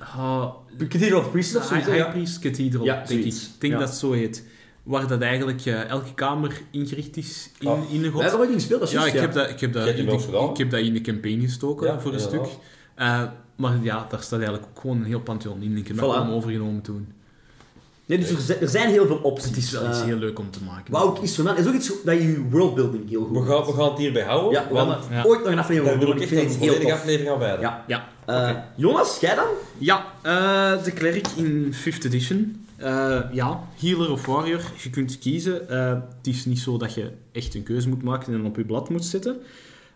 Speaker 4: Ah,
Speaker 2: Cathedral of Priests of
Speaker 4: High,
Speaker 2: zoiets. hè,
Speaker 4: High
Speaker 2: ja.
Speaker 4: Priest Cathedral,
Speaker 2: Ja,
Speaker 4: denk ik.
Speaker 2: zoiets.
Speaker 4: Ik denk
Speaker 2: Ja.
Speaker 4: dat het zo heet. Waar dat eigenlijk eh, elke kamer ingericht is in,
Speaker 1: Ah.
Speaker 4: in een
Speaker 2: Wij
Speaker 4: god.
Speaker 2: hebben ooit niet gespeeld, dat is
Speaker 4: Ja,
Speaker 2: juist,
Speaker 4: ik heb dat, ik heb dat,
Speaker 1: Jij hebt
Speaker 4: in,
Speaker 1: die wel eens
Speaker 4: de,
Speaker 1: gedaan?
Speaker 4: ik heb dat in de campaign gestoken
Speaker 1: Ja,
Speaker 4: voor een stuk.
Speaker 1: inderdaad.
Speaker 4: Eh, maar ja, daar staat eigenlijk ook gewoon een heel pantheon in. Ik heb dat
Speaker 2: Voilà.
Speaker 4: allemaal overgenomen toen. Dus
Speaker 2: Nee, dus er, zijn- er zijn heel veel opties.
Speaker 4: Het is wel iets
Speaker 2: Eh,
Speaker 4: heel leuk om te maken.
Speaker 2: Wout is van is ook iets dat je worldbuilding heel goed
Speaker 1: We gaan, we gaan het hierbij houden,
Speaker 2: Ja, Oh, we gaan
Speaker 1: want
Speaker 2: er
Speaker 4: Ja.
Speaker 2: ooit nog een aflevering
Speaker 1: daar
Speaker 2: over
Speaker 1: wil
Speaker 2: doen,
Speaker 1: ik
Speaker 2: want
Speaker 1: echt
Speaker 2: ik vind
Speaker 1: een
Speaker 2: het heel
Speaker 1: volledige
Speaker 2: tof.
Speaker 1: aflevering aan wijden.
Speaker 2: Ja.
Speaker 4: Ja,
Speaker 2: Eh, Jonas, jij dan?
Speaker 4: ja eh, de klerk in 5th edition. Eh, ja, healer of warrior, je kunt kiezen. Eh, het is niet zo dat je echt een keuze moet maken en op je blad moet zetten.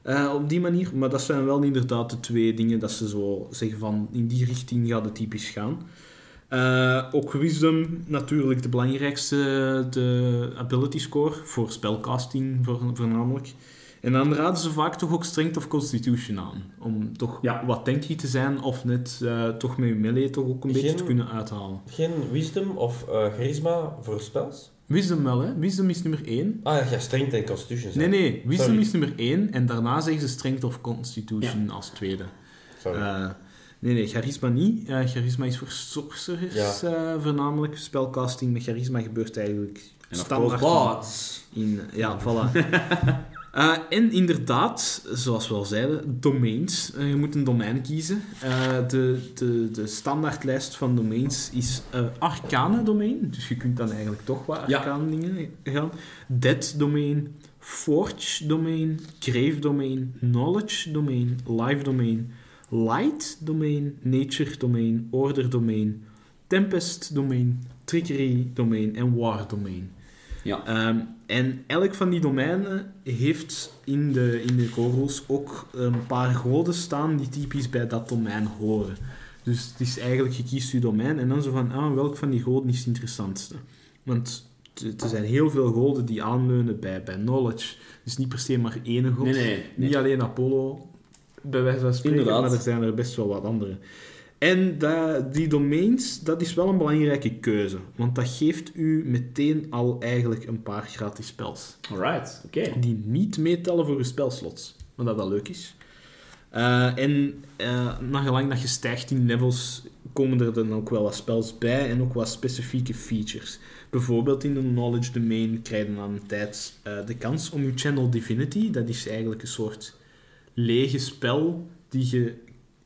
Speaker 4: Eh, op die manier. Maar dat zijn wel inderdaad de twee dingen dat ze zo zeggen van in die richting gaat het typisch gaan. Eh, ook Wisdom, natuurlijk de belangrijkste, eh, de ability score voor spelcasting voor- voornamelijk. En dan raden ze vaak toch ook Strength of Constitution aan. Om toch
Speaker 2: Ja.
Speaker 4: wat tanky te zijn of net eh, toch met je melee toch ook een beetje
Speaker 6: Geen-
Speaker 4: te kunnen uithalen.
Speaker 6: Geen wisdom of eh, charisma voor spels?
Speaker 4: Wisdom wel, hè. Wisdom is nummer 1.
Speaker 6: Ah ja, ja, strength en constitution
Speaker 4: Nee,
Speaker 6: zijn.
Speaker 4: nee. Wisdom
Speaker 6: Sorry.
Speaker 4: is nummer 1 en daarna zeggen ze Strength of Constitution als tweede.
Speaker 6: Sorry.
Speaker 4: Eh, nee, nee, charisma niet. Eh, charisma is voor sorcerers
Speaker 6: Ja.
Speaker 4: eh, voornamelijk. Spelcasting met charisma gebeurt eigenlijk
Speaker 2: En of course,
Speaker 4: standaard.
Speaker 2: bots.
Speaker 4: In, ja, voilà. Eh, en inderdaad, zoals we al zeiden, domains. Eh, je moet een domein kiezen. Eh, de, de, de standaardlijst van domains is eh arcane domein. Dus je kunt dan eigenlijk toch wat
Speaker 2: Ja.
Speaker 4: arcane dingen gaan. Dead domein, forge domein, grave domein, knowledge domein, life domein, light domein, nature domein, order domein, tempest domein, trickery domein en war domein.
Speaker 2: Ja.
Speaker 4: Ehm, en elk van die domeinen heeft in de, in de core rules ook een paar goden staan die typisch bij dat domein horen. Dus het is eigenlijk, je kiest je domein en dan zo van, ah, welk van die goden is het interessantste? Want t- er zijn heel veel goden die aanleunen bij, bij knowledge. Dus niet per se maar ene god.
Speaker 2: Nee, nee. nee.
Speaker 4: Niet alleen Apollo, bij wijze van spreken,
Speaker 2: Inderdaad.
Speaker 4: maar er zijn er best wel wat andere. En da- die domains, dat is wel een belangrijke keuze. Want dat geeft u meteen al eigenlijk een paar gratis spels.
Speaker 2: Alright, oké.
Speaker 4: Die niet meetellen voor uw spelslots. Wat dat wel leuk is. Eh, en eh nagelang dat je stijgt in levels, komen er dan ook wel wat spels bij en ook wat specifieke features. Bijvoorbeeld in de Knowledge Domain krijg je aan de tijd eh, de kans om je Channel Divinity, dat is eigenlijk een soort lege spel die je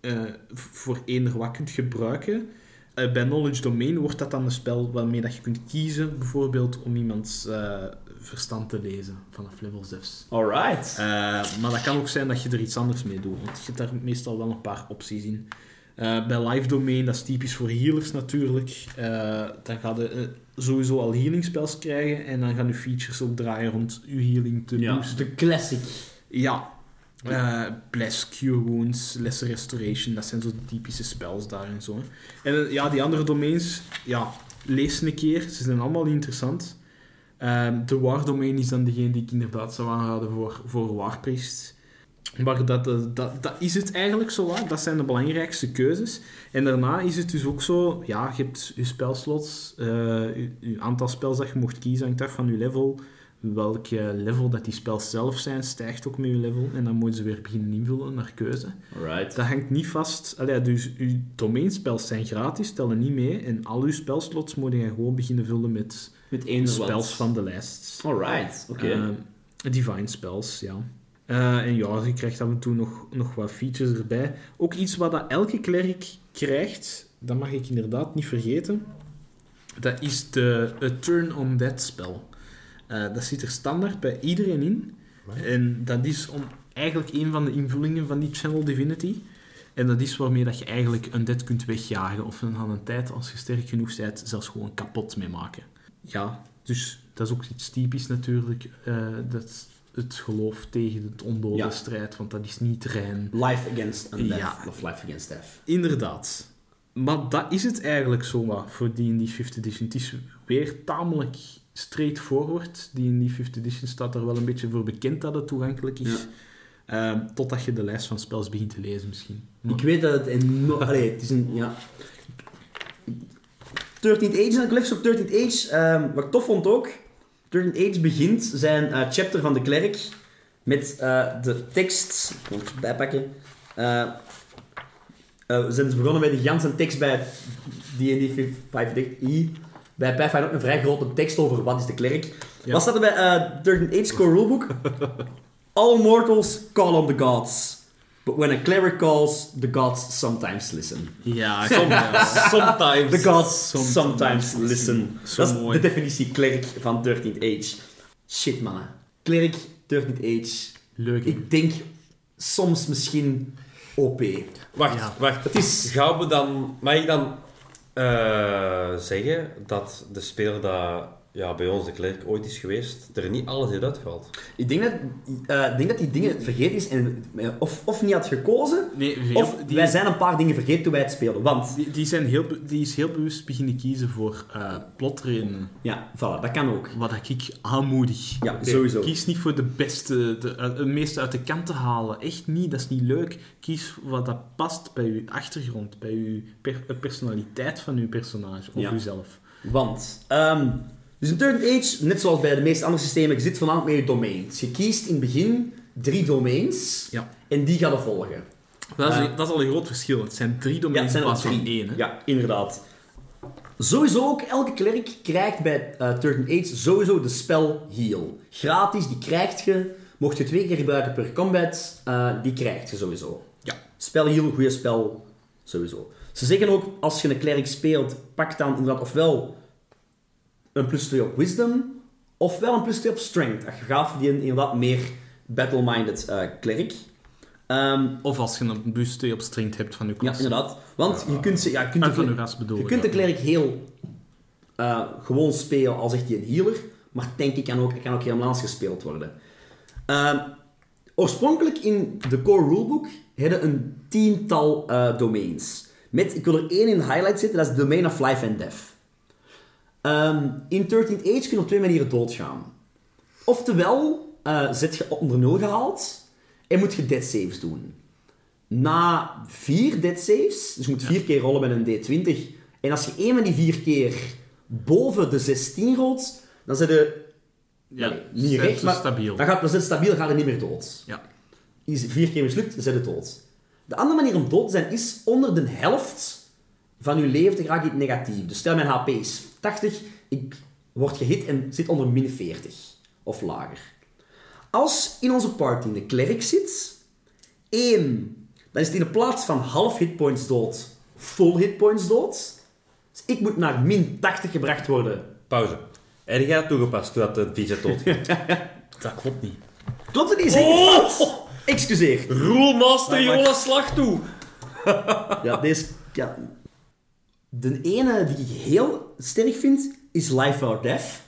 Speaker 4: eh, v- voor eender wat kunt gebruiken. Eh, bij Knowledge Domain wordt dat dan een spel waarmee dat je kunt kiezen, bijvoorbeeld om iemands eh, verstand te lezen vanaf level 6.
Speaker 2: Alright.
Speaker 4: Eh, maar dat kan ook zijn dat je er iets anders mee doet, want je hebt daar meestal wel een paar opties in. Eh, bij Live Domain, dat is typisch voor healers natuurlijk. Eh, dan ga je eh, sowieso al healing spells krijgen en dan gaan je features ook draaien rond je healing te
Speaker 2: Ja,
Speaker 4: boosten.
Speaker 2: de classic.
Speaker 4: Ja. eh Bless, Cure Wounds, Lesser Restoration, dat zijn zo de typische spells daar en zo. hè. En eh, ja, die andere domains, ja, lees een keer, ze zijn allemaal interessant. Ehm, de War Domain is dan degene die ik inderdaad zou aanraden voor, voor War Priest. Maar dat, eh, dat, dat is het eigenlijk zo waar. Dat zijn de belangrijkste keuzes. En daarna is het dus ook zo... Ja, je hebt je spelslots. eh, je, je aantal spels dat je mocht kiezen hangt af van je level welk eh, level dat die spels zelf zijn, stijgt ook met je level. En dan moeten ze weer beginnen invullen naar keuze.
Speaker 2: Alright.
Speaker 4: Dat hangt niet vast. Allee, dus uw domeinspels zijn gratis, tellen niet mee. En al uw spelslots moet je gewoon beginnen vullen met
Speaker 2: Met één wat.
Speaker 4: spels van de lijst.
Speaker 2: Alright, oké.
Speaker 4: Eh, divine spells, ja. Eh, en ja, je krijgt af en toe nog, nog wat features erbij. Ook iets wat dat elke klerk krijgt, dat mag ik inderdaad niet vergeten. Dat is de A Turn on Dead spel. Eh, dat zit er standaard bij iedereen in. En dat is om, eigenlijk een van de invullingen van die Channel Divinity. En dat is waarmee dat je eigenlijk een dead kunt wegjagen. Of een aan een tijd, als je sterk genoeg bent, zelfs gewoon kapot mee maken. Ja, dus dat is ook iets typisch natuurlijk. eh, dat het geloof tegen het ondode
Speaker 2: Ja.
Speaker 4: strijdt, want dat is niet rein.
Speaker 2: Life against undeath.
Speaker 4: Ja.
Speaker 2: Of life against death.
Speaker 4: Inderdaad. Maar dat is het eigenlijk zomaar voor D&D 5th Edition. Het is weer tamelijk straightforward. D&D 5th Edition staat er wel een beetje voor bekend dat het toegankelijk is. Ehm, totdat je de lijst van spels begint te lezen misschien. Maar-
Speaker 2: Ik weet dat het enorm... Allee, het is een... Ja. 13 Age, en ik lees op 13 Age. ehm, wat ik tof vond ook. 13 Age begint zijn eh, chapter van de klerk met eh, de tekst... Ik moet het bijpakken. Eh, eh, we zijn dus begonnen met de ganse tekst bij D&D 5e. Bij Pathfinder ook een vrij grote tekst over wat is de klerk.
Speaker 4: Ja.
Speaker 2: Wat staat er bij eh 13 Age Core Rulebook? All mortals call on the gods. But when a cleric calls, the gods sometimes listen.
Speaker 4: Ja, kom ja.
Speaker 2: Sometimes. The gods
Speaker 4: Sometimes
Speaker 2: sometimes, listen.
Speaker 4: Zo
Speaker 2: Dat is
Speaker 4: mooi.
Speaker 2: de definitie klerk van 13th Age. Shit, mannen. Klerk, 13th Age.
Speaker 4: Leuk. hè?
Speaker 2: Ik denk soms misschien OP.
Speaker 6: Wacht,
Speaker 4: Ja.
Speaker 6: wacht.
Speaker 2: Het is...
Speaker 6: Gaan we dan... Mag ik dan eh, zeggen dat de speler dat ja, bij ons de klerk ooit is geweest, er niet alles heeft uitgehaald.
Speaker 2: Ik denk dat, eh, ik denk dat die dingen vergeten is en eh, of, of niet had gekozen,
Speaker 4: Nee, veel-
Speaker 2: of
Speaker 4: die,
Speaker 2: wij zijn een paar dingen vergeten toen wij het speelden. Want,
Speaker 4: die, die zijn heel, be- die is heel bewust beginnen kiezen voor eh plotredenen.
Speaker 2: ja, voilà, dat kan ook.
Speaker 4: Wat ik aanmoedig.
Speaker 2: Ja, sowieso.
Speaker 4: Kies niet voor de beste, de, eh, de meeste uit de kant te halen. Echt niet, dat is niet leuk. Kies wat dat past bij uw achtergrond, bij uw per- eh, personaliteit van uw personage of
Speaker 2: Ja.
Speaker 4: uzelf.
Speaker 2: Want, ehm, dus in Third Age, net zoals bij de meeste andere systemen, je zit vanavond met je domains. Je kiest in het begin drie domains
Speaker 4: Ja.
Speaker 2: en die gaan we volgen.
Speaker 4: Dat is,
Speaker 2: Ja.
Speaker 4: dat is al een groot verschil. Het zijn drie
Speaker 2: Eh, Ja, het
Speaker 4: domeinen
Speaker 2: zijn
Speaker 4: in
Speaker 2: er
Speaker 4: plaats van
Speaker 2: drie.
Speaker 4: één. Hè?
Speaker 2: Ja, inderdaad. Sowieso ook, elke klerk krijgt bij eh Turn Age sowieso de spel heal. Gratis, die krijgt je. Mocht je twee keer gebruiken per combat, eh, die krijgt je sowieso.
Speaker 4: Ja.
Speaker 2: Spel heal, goede spel, sowieso. Ze zeggen ook, als je een klerk speelt, pak dan inderdaad ofwel een plus 2 op wisdom, ofwel een plus 2 op strength. Dat gaf die een inderdaad meer battle-minded eh klerk. Ehm,
Speaker 4: Of als je een plus 2 op string hebt van je
Speaker 2: ja,
Speaker 4: klas.
Speaker 2: inderdaad. Want je kunt ze... Ja, je kunt
Speaker 4: en
Speaker 2: de
Speaker 4: van
Speaker 2: kle-
Speaker 4: uw ras bedoel
Speaker 2: je
Speaker 4: ik,
Speaker 2: kunt de
Speaker 4: ja.
Speaker 2: klerk heel eh, gewoon spelen als echt die een healer, maar denk ik kan ook, kan ook helemaal anders gespeeld worden. Ehm, oorspronkelijk in de core rulebook hadden een tiental eh, domains. Met, ik wil er één in de highlight zetten, dat is Domain of Life and Death. Ehm, in 13th Age kun je op twee manieren doodgaan. Oftewel, eh zit je onder nul gehaald en moet je dead saves doen. Na vier dead saves, dus je moet vier keer rollen met een D20, en als je één van die vier keer boven de 16 rolt, dan zit je
Speaker 4: Ja,
Speaker 2: nee, niet
Speaker 4: zijn
Speaker 2: recht,
Speaker 4: ze
Speaker 2: maar
Speaker 4: stabiel.
Speaker 2: dan gaat dan zit het stabiel, gaat het niet meer dood.
Speaker 4: Ja.
Speaker 2: Is vier keer mislukt, zit het dood. De andere manier om dood te zijn is onder de helft van je leven te raken in het negatief. Dus stel mijn HP is 80, ik word gehit en zit onder min 40 of lager. Als in onze party de klerk zit, één, dan is het in de plaats van half hitpoints dood, full hitpoints dood. Dus ik moet naar min 80 gebracht worden.
Speaker 6: Pauze. En jij had toegepast toen dat de DJ dood ging.
Speaker 4: Dat klopt niet.
Speaker 2: Klopt het niet? Zeg ik fout? Excuseer.
Speaker 6: Roelmaster Jonas Slag toe!
Speaker 2: Ja, deze... Ja. De ene die ik heel sterk vind, is Life or Death.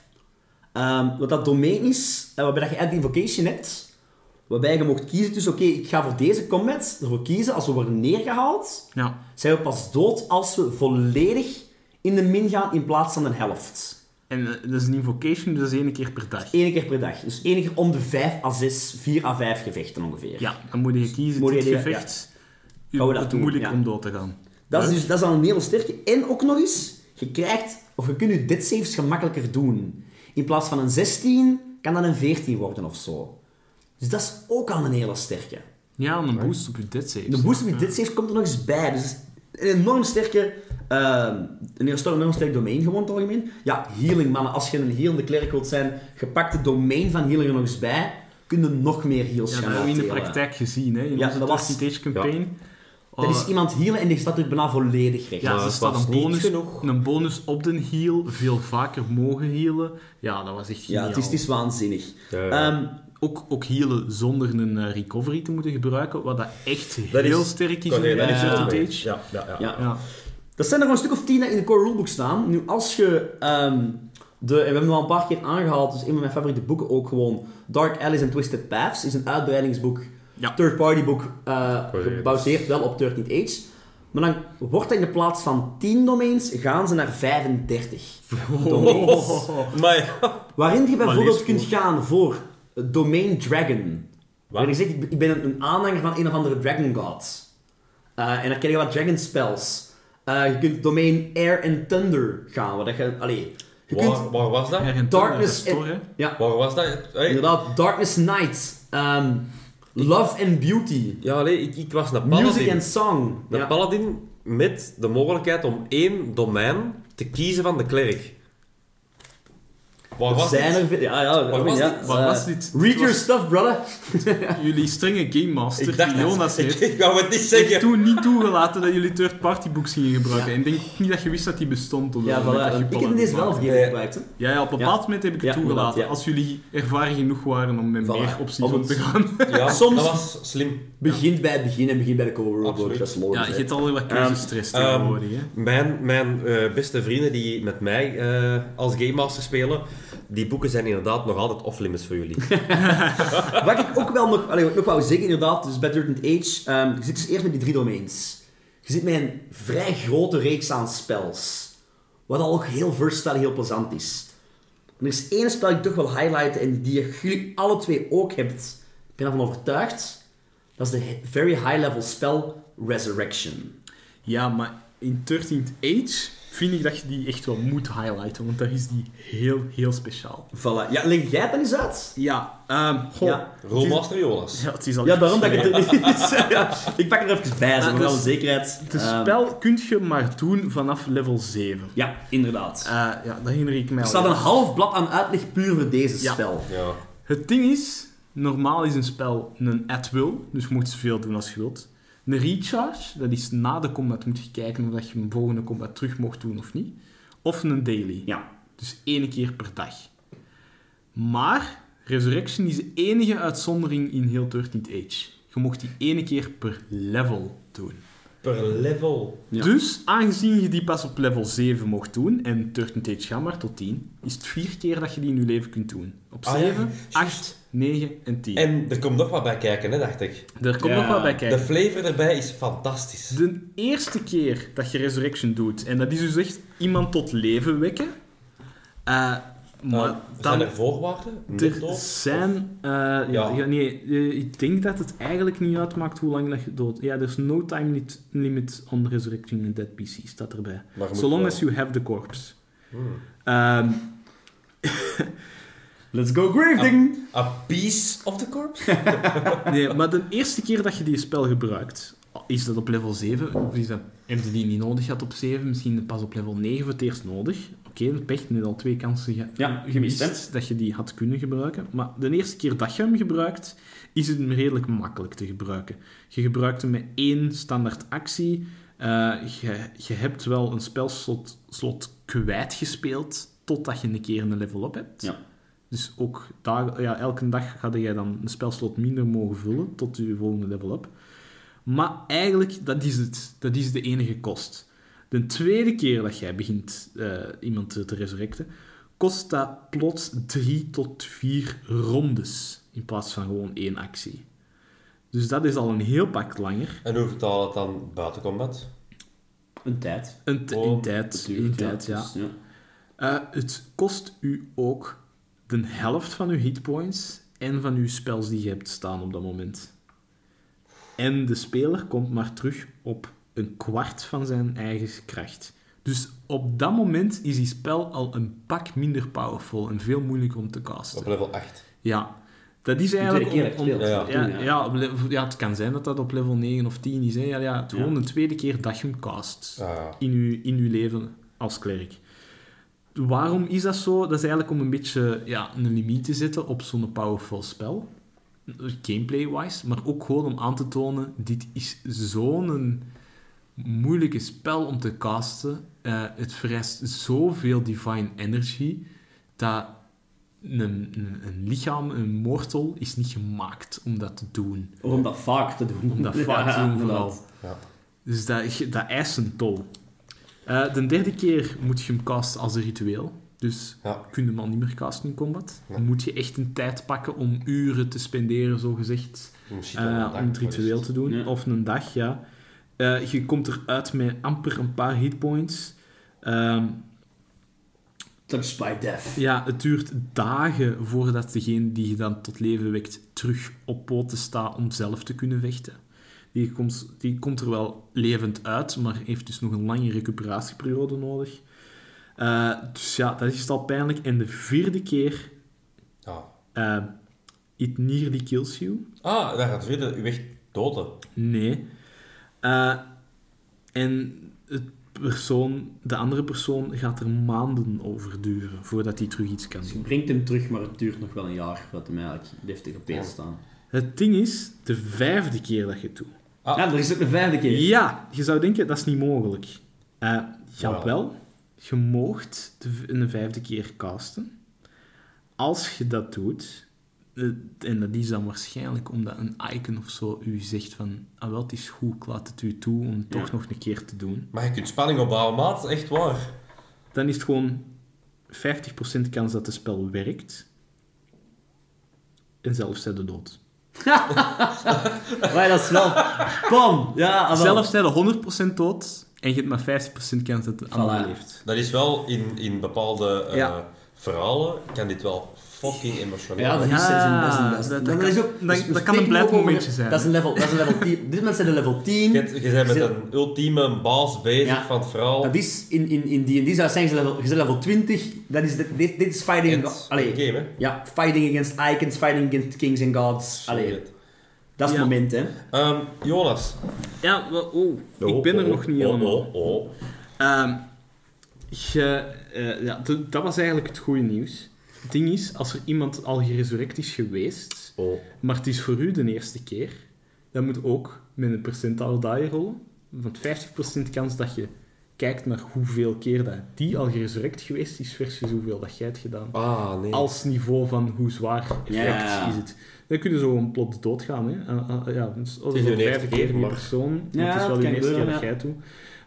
Speaker 2: Ehm, wat dat domein is, en waarbij dat je echt invocation hebt, waarbij je mocht kiezen tussen, oké, ik ga voor deze combat ervoor kiezen, als we worden neergehaald,
Speaker 4: Ja.
Speaker 2: zijn we pas dood als we volledig in de min gaan in plaats van een helft.
Speaker 4: En eh, dat is een invocation, dus dat is één keer per dag.
Speaker 2: Eén keer per dag. Dus één keer om de 5 à 6, 4 à 5 gevechten ongeveer.
Speaker 4: Ja, dan moet je kiezen
Speaker 2: Moet
Speaker 4: in
Speaker 2: je
Speaker 4: het
Speaker 2: die-
Speaker 4: gevecht. U-
Speaker 2: Gaan we dat
Speaker 4: het
Speaker 2: doen,
Speaker 4: moeilijk
Speaker 2: ja.
Speaker 4: om dood te gaan.
Speaker 2: Dat is, dus, dat is al een hele sterke. En ook nog eens, je krijgt, of je kunt je dead saves gemakkelijker doen. In plaats van een 16, kan dat een 14 worden of zo. Dus dat is ook al een hele sterke.
Speaker 4: Ja, en een boost op je dead saves.
Speaker 2: De boost op je dead saves komt er nog eens bij. Dus een enorm sterke, ehm, een heel sterk, enorm sterk domein gewoon in het algemeen. Ja, healing mannen. Als je een healende klerk wilt zijn, je pakt het domein van healing er nog eens bij, kun je nog meer heals
Speaker 4: Ja, dat
Speaker 2: gaan
Speaker 4: hebben we in de
Speaker 2: uitdelen.
Speaker 4: praktijk gezien, hè. In
Speaker 2: Ja,
Speaker 4: onze
Speaker 2: dat was-
Speaker 4: percentage campaign.
Speaker 2: Er is iemand healen en die staat er bijna volledig recht.
Speaker 4: Oh. ja,
Speaker 6: Ja,
Speaker 4: ze
Speaker 6: dat
Speaker 4: staat
Speaker 6: was
Speaker 4: een
Speaker 6: niet
Speaker 4: bonus,
Speaker 6: genoeg.
Speaker 4: een bonus op de heal, veel vaker mogen healen. Ja, dat was echt
Speaker 2: Ja,
Speaker 4: geniaal.
Speaker 2: het is, het is waanzinnig.
Speaker 6: Ja, ja.
Speaker 2: Ehm,
Speaker 4: Ook, ook healen zonder een eh, recovery te moeten gebruiken, wat dat echt
Speaker 6: Dat is-
Speaker 4: heel sterk is in
Speaker 6: Correct,
Speaker 4: de
Speaker 6: dat is
Speaker 2: het
Speaker 4: Heritage.
Speaker 6: domein. Ja, ja, ja.
Speaker 2: ja.
Speaker 4: Ja.
Speaker 2: Dat zijn er gewoon een stuk of tien dat in de core rulebook staan. Nu, als je ehm, de... En we hebben hem al een paar keer aangehaald, dus een van mijn favoriete boeken ook gewoon. Dark Alleys and Twisted Paths is een uitbreidingsboek.
Speaker 4: Ja.
Speaker 2: Third-party boek, eh,
Speaker 6: Correct.
Speaker 2: gebaseerd wel op 13th Age. Maar dan wordt dat in de plaats van 10 domeins, gaan ze naar 35 domeins.
Speaker 6: Maar
Speaker 2: Waarin je bijvoorbeeld
Speaker 4: lees
Speaker 2: kunt gaan voor het domein Dragon.
Speaker 6: Wat?
Speaker 2: Waarin je zegt, ik ik ben een- een aanhanger van een of andere Dragon God. Eh, en dan krijg je wat Dragon spells. Eh, je kunt domein Air and Thunder gaan. Waar dat je, allee, je kunt
Speaker 6: waar, waar was dat?
Speaker 4: Her en
Speaker 2: Darkness...
Speaker 4: Thunder, dat is Thor,
Speaker 2: en-
Speaker 4: hè.
Speaker 2: ja,
Speaker 6: Waar was dat? Hey,
Speaker 2: inderdaad. Darkness Night. ehm, Love and Beauty.
Speaker 6: Ja, nee, ik, ik was naar
Speaker 2: Music
Speaker 6: Paladin.
Speaker 2: and Song.
Speaker 6: Een
Speaker 2: Ja.
Speaker 6: Paladin met de mogelijkheid om één domein te kiezen van de klerk. Waar
Speaker 2: Er
Speaker 6: was
Speaker 2: zijn
Speaker 6: dit?
Speaker 2: er veel- Ja, ja,
Speaker 6: Waar was
Speaker 2: ja,
Speaker 6: dit?
Speaker 4: Wat
Speaker 2: eh,
Speaker 4: was dit?
Speaker 2: Read your
Speaker 4: Het
Speaker 2: stuff, brother.
Speaker 4: was Jullie strenge Game Master,
Speaker 6: Ik
Speaker 4: die
Speaker 6: dacht dat-
Speaker 4: Jonas
Speaker 6: Ik,
Speaker 4: heet,
Speaker 6: ik wou het niet
Speaker 4: heeft
Speaker 6: zeggen.
Speaker 4: toen niet toegelaten dat jullie third-party books gingen gebruiken. En ik denk niet dat je wist dat die bestond. Op dat
Speaker 2: Ja,
Speaker 4: moment dat je
Speaker 2: voilà. Ik
Speaker 4: plannen
Speaker 2: heb deze wel
Speaker 4: maakte.
Speaker 2: vergeten
Speaker 6: Nee.
Speaker 2: gebruikt. hè.
Speaker 4: Ja, ja, op een
Speaker 2: Ja.
Speaker 4: bepaald moment heb ik het
Speaker 2: Ja,
Speaker 4: toegelaten.
Speaker 2: inderdaad, ja.
Speaker 4: Als jullie ervaren genoeg waren om met
Speaker 2: Voilà,
Speaker 4: meer opties
Speaker 2: om
Speaker 4: om
Speaker 2: het-
Speaker 4: te gaan.
Speaker 6: Ja,
Speaker 2: Soms-
Speaker 6: dat was slim.
Speaker 2: Begint bij het begin en begint bij de cover
Speaker 6: Absoluut.
Speaker 2: ook. Dat is
Speaker 4: Ja,
Speaker 2: logisch.
Speaker 4: je
Speaker 2: hè.
Speaker 4: hebt al wat keuzestress
Speaker 6: Ehm,
Speaker 4: tegenwoordig, hè.
Speaker 6: Mijn, mijn eh, beste vrienden die met mij eh, als Game Master spelen, die boeken zijn inderdaad nog altijd off-limits voor jullie.
Speaker 2: Wat ik ook wel nog, allee, wat ik nog wou zeggen, inderdaad, dus Better Than Age, ehm, je zit dus eerst met die drie domeins. Je zit met een vrij grote reeks aan spels. Wat al ook heel versatile, heel plezant is. En er is één spel die ik toch wil highlighten en die jullie alle twee ook hebt. Ik ben ervan overtuigd. Dat is de he- very high level spel Resurrection.
Speaker 4: Ja, maar in 13th Age vind ik dat je die echt wel moet highlighten, want daar is die heel, heel speciaal.
Speaker 2: Voilà. Ja, leg jij het dan eens uit?
Speaker 4: Ja, ehm goh.
Speaker 2: Ja.
Speaker 6: Rollmaster Jonas.
Speaker 4: Ja, het is al
Speaker 2: Ja, daarom dat ik het er niet ja, Ik pak er even bij, zo,
Speaker 4: Ah,
Speaker 2: voor
Speaker 4: dus-
Speaker 2: alle zekerheid.
Speaker 4: Het
Speaker 2: Ehm,
Speaker 4: spel kun je maar doen vanaf level 7.
Speaker 2: Ja, inderdaad.
Speaker 4: Eh, ja, dat herinner ik mij
Speaker 2: Er
Speaker 4: al,
Speaker 2: staat
Speaker 4: ja.
Speaker 2: een half blad aan uitleg puur voor deze
Speaker 4: Ja.
Speaker 2: spel.
Speaker 6: Ja.
Speaker 4: Het ding is, normaal is een spel een at-will, dus je moet zoveel doen als je wilt. Een recharge, dat is na de combat moet je kijken of dat je een volgende combat terug mocht doen of niet. Of een daily.
Speaker 2: Ja.
Speaker 4: Dus één keer per dag. Maar Resurrection is de enige uitzondering in heel 13th Age. Je mocht die ene keer per level doen.
Speaker 6: Per level.
Speaker 2: Ja.
Speaker 4: Dus, aangezien je die pas op level 7 mocht doen, en 13th Age gaat maar tot 10, is het vier keer dat je die in je leven kunt doen. Op
Speaker 6: Ah, ja,
Speaker 4: 7,
Speaker 6: juist.
Speaker 4: 8, 9 en 10.
Speaker 6: En er komt nog wat bij kijken, hè, dacht ik.
Speaker 4: Er komt
Speaker 2: Ja.
Speaker 4: nog wat bij
Speaker 6: De
Speaker 4: kijken.
Speaker 6: flavor erbij is fantastisch.
Speaker 4: De eerste keer dat je Resurrection doet, en dat is dus echt iemand tot leven wekken. eh, maar
Speaker 6: Maar Ah, zijn
Speaker 4: dan...
Speaker 6: er voorwaarden?
Speaker 4: Er
Speaker 6: Netto?
Speaker 4: zijn... eh, ja, ja, nee, eh, ik denk dat het eigenlijk niet uitmaakt hoe lang dat je dood... Ja, there's no time lit- limit on resurrecting a dead PC, staat erbij.
Speaker 6: Maar je moet
Speaker 4: So long
Speaker 6: wel-
Speaker 4: as you have the corpse.
Speaker 6: Hmm.
Speaker 4: Ehm,
Speaker 2: Let's go grafting!
Speaker 6: A piece of the corpse?
Speaker 4: nee, maar de eerste keer dat je die spel gebruikt, is dat op level 7, of is dat, heb je die niet nodig gehad op 7, misschien pas op level 9 voor het eerst nodig. Oké, dat pech, net al twee kansen ge-
Speaker 2: Ja, gemist,
Speaker 4: dat je die had kunnen gebruiken. Maar de eerste keer dat je hem gebruikt, is het redelijk makkelijk te gebruiken. Je gebruikt hem met één standaard actie. Eh, je, je hebt wel een spelslot slot kwijtgespeeld totdat je een keer een level op hebt.
Speaker 2: Ja.
Speaker 4: Dus ook daar, ja, elke dag ga jij dan een spelslot minder mogen vullen tot je volgende level up. Maar eigenlijk, dat is het. Dat is de enige kost. De tweede keer dat jij begint eh, iemand te, te resurrecten, kost dat plots drie tot vier rondes in plaats van gewoon één actie. Dus dat is al een heel pak langer.
Speaker 6: En hoe vertaal het dan buiten combat?
Speaker 2: Een tijd.
Speaker 4: Een t- in
Speaker 6: Oh,
Speaker 4: tijd, in tijd, ja.
Speaker 2: Dus, ja.
Speaker 4: Eh, het kost u ook de helft van uw hitpoints en van uw spels die je hebt staan op dat moment. En de speler komt maar terug op een kwart van zijn eigen kracht. Dus op dat moment is die spel al een pak minder powerful en veel moeilijker om te casten.
Speaker 6: Op level 8.
Speaker 4: Ja, dat is eigenlijk...
Speaker 2: tweede keer dat je
Speaker 4: om-
Speaker 2: speelt,
Speaker 4: ja,
Speaker 2: toen, ja.
Speaker 4: ja. op le- ja, het kan zijn dat dat op level 9 of 10 is. Hè. Ja, ja, het gewoon de tweede keer dat je hem cast
Speaker 6: Ah,
Speaker 4: in uw, in uw leven als klerk. Waarom is dat zo? Dat is eigenlijk om een beetje ja, een limiet te zetten op zo'n powerful spel. Gameplay-wise, maar ook gewoon om aan te tonen: dit is zo'n moeilijke spel om te casten. Eh, het vereist zoveel divine energy dat een, een, een lichaam, een mortal, is niet gemaakt om dat te doen
Speaker 2: Of om dat vaak te doen.
Speaker 4: om dat vaak te doen vooral.
Speaker 6: Ja.
Speaker 4: Dus dat, dat eist een tol. Eh, de derde keer moet je hem casten als een ritueel. Dus
Speaker 6: Ja.
Speaker 4: kun je hem al niet meer casten in combat.
Speaker 6: Ja.
Speaker 4: Dan moet je echt een tijd pakken om uren te spenderen, zogezegd,
Speaker 6: een shit
Speaker 4: eh,
Speaker 6: aan de
Speaker 4: om
Speaker 6: dag,
Speaker 4: het
Speaker 6: maar
Speaker 4: ritueel
Speaker 6: is-
Speaker 4: te doen.
Speaker 2: Ja.
Speaker 4: Of een dag, ja. Eh, je komt eruit met amper een paar hitpoints. Ehm
Speaker 2: Touched by death.
Speaker 4: ja, het duurt dagen voordat degene die je dan tot leven wekt terug op poten staat om zelf te kunnen vechten. Die komt, die komt er wel levend uit, maar heeft dus nog een lange recuperatieperiode nodig. Eh, dus ja, dat is al pijnlijk. En de vierde keer,
Speaker 1: ah.
Speaker 6: Ja.
Speaker 4: eh, it nearly kills you.
Speaker 6: Ah, daar gaat weer de weg doden.
Speaker 4: Nee. Eh, en het, persoon, de andere persoon gaat er maanden over duren voordat hij terug iets kan
Speaker 2: Dus je
Speaker 4: doen.
Speaker 2: brengt hem terug, maar het duurt nog wel een jaar voordat hem eigenlijk deftig op pees staan.
Speaker 4: Het ding is, de vijfde keer dat je het doet.
Speaker 2: Ah, er is ook een vijfde keer.
Speaker 4: Ja, je zou denken, dat is niet mogelijk. Eh
Speaker 1: Jawel.
Speaker 4: jawel, je moogt de v- een vijfde keer casten. Als je dat doet, eh, en dat is dan waarschijnlijk omdat een icon of zo u zegt van, ah wel, het is goed, ik laat het u toe om het
Speaker 2: Ja.
Speaker 4: toch nog een keer te doen.
Speaker 1: Maar je kunt spanning opbouwen, maat. Echt waar.
Speaker 4: Dan is het gewoon 50% kans dat het spel werkt. En zelfs zijn de dood.
Speaker 2: Maar dat is wel... Bam! Ja, ah, wel.
Speaker 4: Zelfs zijn de 100% dood. En je hebt maar 50% kans dat de ander
Speaker 2: Voilà.
Speaker 4: leeft.
Speaker 1: Dat is wel in, in bepaalde eh,
Speaker 4: Ja.
Speaker 1: verhalen, kan dit wel fucking emotioneel
Speaker 2: Ja, dat is,
Speaker 4: Ja,
Speaker 2: dat is een- dat is een- dat is-
Speaker 4: dat-
Speaker 2: maar
Speaker 4: dat
Speaker 2: is
Speaker 4: kan-
Speaker 2: ook-
Speaker 4: dat-
Speaker 2: dus we
Speaker 4: dat kan een
Speaker 2: spreken
Speaker 4: blijf
Speaker 2: ook over-
Speaker 4: momentje zijn,
Speaker 2: Dat is een level, dat is een level 10. Dit mensen zijn level 10.
Speaker 1: Je, je bent met
Speaker 2: Ze-
Speaker 1: een ultieme baas bezig
Speaker 2: Ja.
Speaker 1: van het verhaal.
Speaker 2: Dat is in, in, in die en die zou het zijn, ze level, je bent level 20. Dat is, dit, dit is fighting.
Speaker 1: Het
Speaker 2: allee,
Speaker 1: game, hè.
Speaker 2: Ja, fighting against icons, fighting against kings and gods. Allee,
Speaker 1: Shit.
Speaker 2: dat is
Speaker 4: Ja.
Speaker 2: het moment, hè.
Speaker 1: Ehm, Jonas.
Speaker 4: Ja, wel, oh, ik
Speaker 1: Oh,
Speaker 4: ben er
Speaker 1: oh,
Speaker 4: nog
Speaker 1: oh,
Speaker 4: niet helemaal.
Speaker 1: oh, oh.
Speaker 4: Ehm, je, eh, ja, d- dat was eigenlijk het goede nieuws. Het ding is, als er iemand al geresurrect is geweest,
Speaker 1: Oh.
Speaker 4: maar het is voor u de eerste keer, dan moet ook met een percentaal die rollen. Want 50% kans dat je kijkt naar hoeveel keer dat die al geresurrect geweest is versus hoeveel dat jij het gedaan hebt.
Speaker 1: Ah, nee.
Speaker 4: Als niveau van hoe zwaar effect
Speaker 2: Ja.
Speaker 4: is het. Dan kun je zo gewoon plots doodgaan. Hè. Ah, ah, ja, dus als
Speaker 1: is
Speaker 4: het
Speaker 1: hun
Speaker 4: vijf
Speaker 1: eerste
Speaker 4: keer
Speaker 1: keer,
Speaker 4: per
Speaker 1: maar-
Speaker 4: persoon, maar
Speaker 2: Ja,
Speaker 4: het is wel
Speaker 2: dat
Speaker 4: de
Speaker 2: kan
Speaker 4: eerste keer
Speaker 2: gebeuren,
Speaker 4: dat jij het doet.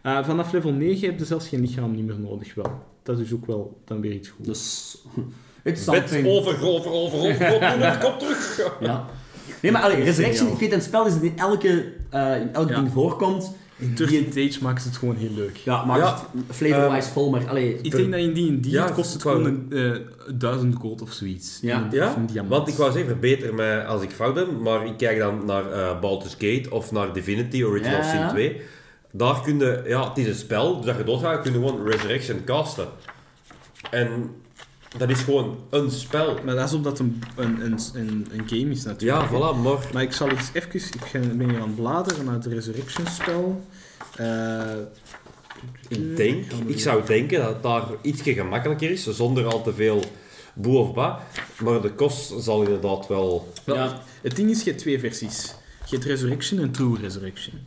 Speaker 4: Eh, vanaf level 9 heb je zelfs geen lichaam niet meer nodig. Wel. Dat is ook wel dan weer iets goeds.
Speaker 2: Dus... It's
Speaker 1: Bed
Speaker 2: something.
Speaker 1: over, over, over, over, kom terug, kom terug.
Speaker 2: Ja. Nee, maar allee, Resurrection,
Speaker 4: geniaal.
Speaker 2: ik weet, een spel is dat in elke, eh, in elk
Speaker 4: Ja.
Speaker 2: ding voorkomt.
Speaker 4: Turkey Tage maakt het gewoon heel leuk.
Speaker 2: Ja, maar
Speaker 1: Ja.
Speaker 2: het flavor-wise vol, maar allee...
Speaker 4: Ik denk dat in die en die
Speaker 1: Ja,
Speaker 4: het kost het
Speaker 1: ik wou-
Speaker 4: gewoon een eh, duizend gold of zoiets.
Speaker 2: Ja.
Speaker 4: Een- of
Speaker 1: Ja,
Speaker 4: een diamant.
Speaker 1: want ik wou zeggen, verbeter mij als ik fout ben, maar ik kijk dan naar eh Baldur's Gate of naar Divinity Original
Speaker 2: Ja.
Speaker 1: Sin 2. Daar kun je, ja, het is een spel, dus dat je doodgaat, kun je gewoon Resurrection casten. En dat is gewoon een spel.
Speaker 4: Maar dat is omdat het een, een, een, een, een game is natuurlijk.
Speaker 1: Ja,
Speaker 4: hè.
Speaker 1: voilà, maar...
Speaker 4: Maar ik zal eens even... Ik ga- ben hier aan het bladeren naar het Resurrection spel. Eh, Mm.
Speaker 1: Ik denk, ik zou denken dat daar ietsje gemakkelijker is, zonder al te veel boe of ba. Maar de kost zal inderdaad wel...
Speaker 4: Wel,
Speaker 2: Ja.
Speaker 4: Het ding is, je hebt twee versies. Je hebt Resurrection en True Resurrection.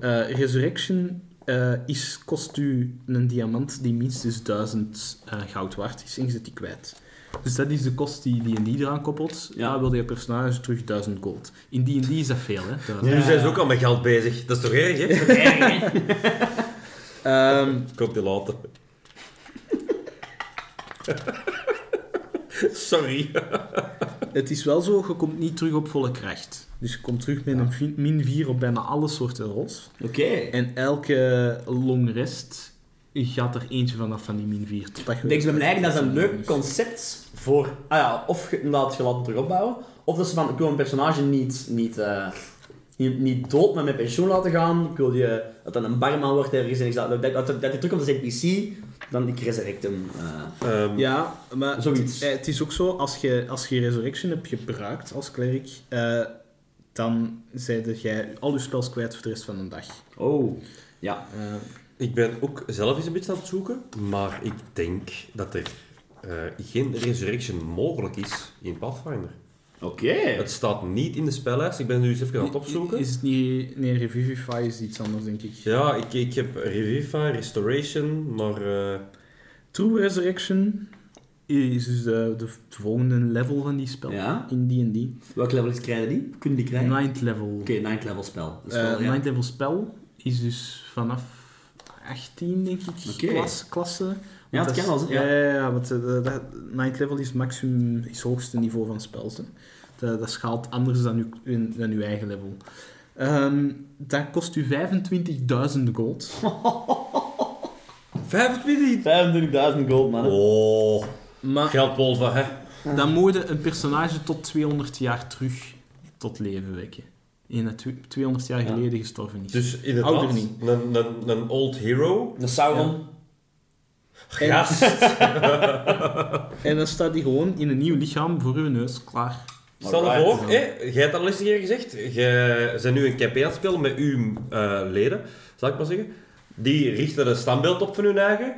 Speaker 1: Huh?
Speaker 4: Eh, resurrection eh, is, kost u een diamant die minstens 1000 eh, goud waard is en je zet die kwijt. Dus dat is de kost die die en die eraan koppelt. Ja, wil je personage terug 1000 gold. In die en die is dat veel, hè? 1000.
Speaker 1: Nu zijn ze ook al met geld bezig. Dat is toch erg, hè?
Speaker 4: Ehm,
Speaker 1: Komt die later. Sorry.
Speaker 4: het is wel zo, je komt niet terug op volle kracht. Dus je komt terug met een vi- min 4 op bijna alle soorten rolls.
Speaker 2: Oké.
Speaker 4: En elke long rest gaat er eentje vanaf van die min 4.
Speaker 2: Ik denk bij mijn eigen, dat is een leuk concept voor... Ah ja, of je inderdaad je laat het erop bouwen, of dat ze van, ik wil een personage niet, niet, eh, niet, niet dood, maar met pensioen laten gaan. Ik wil je, dat dan een barman wordt ergens en ik zou- dat, dat, dat, dat die terugkomt als NPC, dan ik resurrect hem. eh.
Speaker 1: Ehm,
Speaker 4: Ja, maar
Speaker 2: Zoiets.
Speaker 4: Het, eh, het is ook zo, als je, als je Resurrection hebt gebruikt als klerk, eh, dan zeide jij al je spels kwijt voor de rest van de dag.
Speaker 2: Oh. Ja.
Speaker 4: Eh,
Speaker 1: ik ben ook zelf eens een beetje aan het zoeken, maar ik denk dat er eh, geen resurrection mogelijk is in Pathfinder.
Speaker 2: Oké.
Speaker 1: Het staat niet in de spellijst. Ik ben nu eens even aan het opzoeken.
Speaker 4: Is het niet... Nee, Revivify is iets anders, denk ik.
Speaker 1: Ja, ik, ik heb Revivify, Restoration, maar... eh,
Speaker 4: True Resurrection is dus de, de volgende level van die spel.
Speaker 2: Ja.
Speaker 4: In D&D.
Speaker 2: Welk level is krijgen die? Kunnen die krijgen?
Speaker 4: Ninth level.
Speaker 2: Oké, ninth level spel. Dat is
Speaker 4: Eh,
Speaker 2: wel, ja.
Speaker 4: Ninth level spel is dus vanaf 18, denk ik,
Speaker 2: Oké.
Speaker 4: klas, klasse.
Speaker 2: Ja,
Speaker 4: Want
Speaker 2: dat
Speaker 4: is-
Speaker 2: kan wel, ja.
Speaker 4: Ja, ja, ja, want eh, dat- dat- ninth level is maximum, is hoogste niveau van spels. Hè. Dat, dat schaalt anders dan uw, in- dan uw eigen level. Ehm, dat kost u 25.000 gold.
Speaker 1: 25!
Speaker 2: 25.000 gold, man.
Speaker 1: Oh,
Speaker 4: Maar
Speaker 1: geldwolven, hè?
Speaker 4: dan moet je een personage tot 200 jaar terug tot leven wekken. In dat tw- 200 jaar
Speaker 2: Ja.
Speaker 4: geleden gestorven is.
Speaker 1: Dus inderdaad,
Speaker 4: Ouder
Speaker 1: een,
Speaker 4: niet.
Speaker 1: een, een old hero.
Speaker 2: Een Sauron.
Speaker 4: En-
Speaker 1: Gast.
Speaker 4: En dan staat die gewoon in een nieuw lichaam voor uw neus klaar.
Speaker 1: Stel je
Speaker 2: Alright.
Speaker 1: voor, hè, jij hebt al eens een keer gezegd, jij bent nu een campaign aan het spelen met uw eh, leden, zal ik maar zeggen. Die richten een standbeeld op van hun eigen.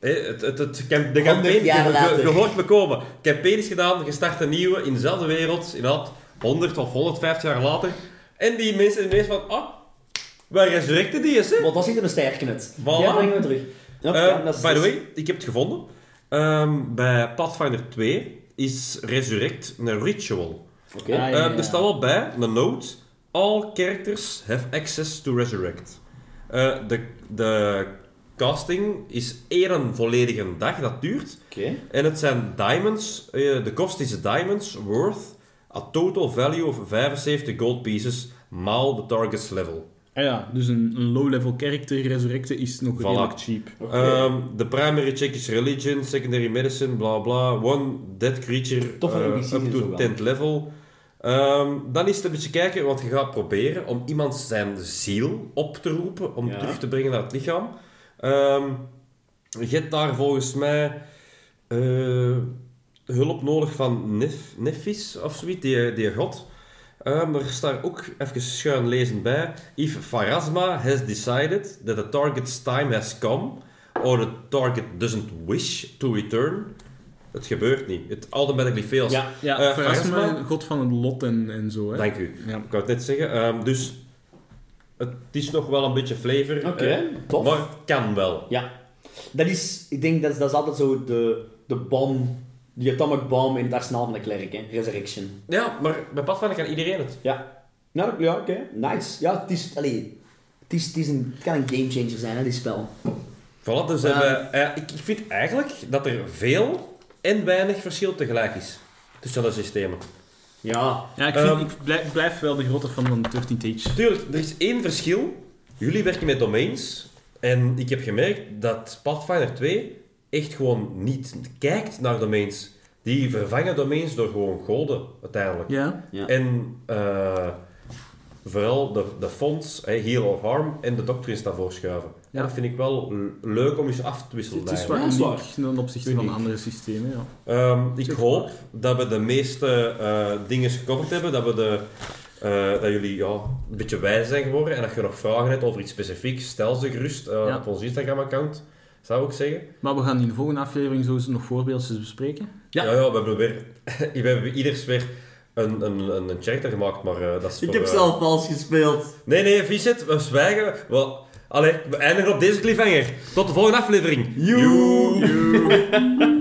Speaker 1: Hè, het, het, het, camp- de campaign,
Speaker 2: jaar
Speaker 1: je- je,
Speaker 2: later.
Speaker 1: je hoort me komen. Campaign is gedaan, gestart een nieuwe, in dezelfde wereld, inderdaad, 100 of 150 jaar later. En die mensen ineens van, ah, wij resurrecten die eens, hè.
Speaker 2: Want dat zit in een sterke net.
Speaker 1: Voilà.
Speaker 2: Ja, brengen we terug. Ja,
Speaker 1: Eh,
Speaker 2: ja, dat is- dus-
Speaker 1: by the way, ik heb het gevonden. Ehm, bij Pathfinder 2 is Resurrect een ritual.
Speaker 2: Oké.
Speaker 7: Ah, ja,
Speaker 1: Ehm,
Speaker 7: ja.
Speaker 1: Er staat wel bij, een note. All characters have access to Resurrect. Eh, de, de casting is één volledige dag, dat duurt.
Speaker 2: Oké.
Speaker 1: En het zijn diamonds. eh, de kost is diamonds worth a total value of 75 gold pieces maal de target's level.
Speaker 4: Ah ja, dus een, een low-level character resurrecten is nog
Speaker 1: Voilà.
Speaker 4: redelijk cheap.
Speaker 1: Um, de primary check is religion, secondary medicine, bla bla. One dead creature
Speaker 2: Toffe
Speaker 1: eh,
Speaker 2: NPC's
Speaker 1: up
Speaker 2: en zo
Speaker 1: to
Speaker 2: wel.
Speaker 1: 10th level. Ehm, dan is het een beetje kijken, want je gaat proberen om iemand zijn ziel op te roepen, om
Speaker 2: Ja.
Speaker 1: terug te brengen naar het lichaam. Ehm, je hebt daar volgens mij eh, hulp nodig van Nef, Nefis of zoiets, die, die god. Ehm, er staat ook even schuin lezend bij. If Pharasma has decided that the target's time has come, or the target doesn't wish to return, het gebeurt niet. Het automatically fails.
Speaker 2: Ja.
Speaker 4: Ja,
Speaker 1: Eh,
Speaker 4: verras
Speaker 1: Pharasma?
Speaker 4: me, god van het lot en, en zo. Hè.
Speaker 1: Dank u.
Speaker 4: Ja.
Speaker 1: Ik wou het net zeggen. Ehm, dus het is nog wel een beetje flavor.
Speaker 2: Oké,
Speaker 1: eh,
Speaker 2: tof.
Speaker 1: maar het kan wel.
Speaker 2: Ja. Dat is, ik denk, dat is, dat is altijd zo de, de bom, die atomic bomb in het arsenaal van de klerk, hè. Resurrection.
Speaker 1: Ja, maar bij Pathfinder kan iedereen het.
Speaker 2: Ja. Nou, dat- ja, oké. Nice. Ja, het is, allee, het is, het is een, het kan een gamechanger zijn, hè, dit spel.
Speaker 1: Voilà, dus
Speaker 2: Ah.
Speaker 1: hebben, eh, ik, ik vind eigenlijk dat er veel en weinig verschil tegelijk is tussen de systemen.
Speaker 2: Ja.
Speaker 4: Ja, ik, vind-
Speaker 1: Ehm,
Speaker 4: ik blijf, blijf wel de grote fan van 13th Age.
Speaker 1: Tuurlijk, er is één verschil. Jullie werken met domains. En ik heb gemerkt dat Pathfinder 2 echt gewoon niet kijkt naar domains. Die vervangen domains door gewoon goden, uiteindelijk.
Speaker 4: Ja,
Speaker 2: Ja.
Speaker 1: En eh, vooral de, de fonds, hè, Heal of Harm, en de doctrines daarvoor schuiven.
Speaker 4: Ja.
Speaker 1: En dat vind ik wel l- leuk om eens af te wisselen.
Speaker 4: het is
Speaker 1: eigenlijk.
Speaker 4: wel
Speaker 2: Ja, dat is
Speaker 4: uniek ten opzichte van
Speaker 1: Uniek.
Speaker 4: andere systemen. Ja.
Speaker 1: Ehm, ik
Speaker 4: Zeg maar.
Speaker 1: hoop dat we de meeste eh, dingen gecoverd hebben. Dat, we de, eh, dat jullie ja, een beetje wijs zijn geworden. En als je nog vragen hebt over iets specifiek, stel ze gerust eh,
Speaker 4: Ja.
Speaker 1: op ons Instagram-account. Zou ik zeggen.
Speaker 4: Maar we gaan in de volgende aflevering zo eens nog voorbeeldjes bespreken.
Speaker 2: Ja.
Speaker 1: ja, we hebben weer... we hebben ieders weer een, een, een, een character gemaakt, maar eh, dat is
Speaker 2: Ik
Speaker 1: voor,
Speaker 2: heb
Speaker 1: eh,
Speaker 2: zelf vals gespeeld.
Speaker 1: Nee, nee, Vicet, we zwijgen. We... Allee, we eindigen op deze cliffhanger. Tot de volgende aflevering. Joe.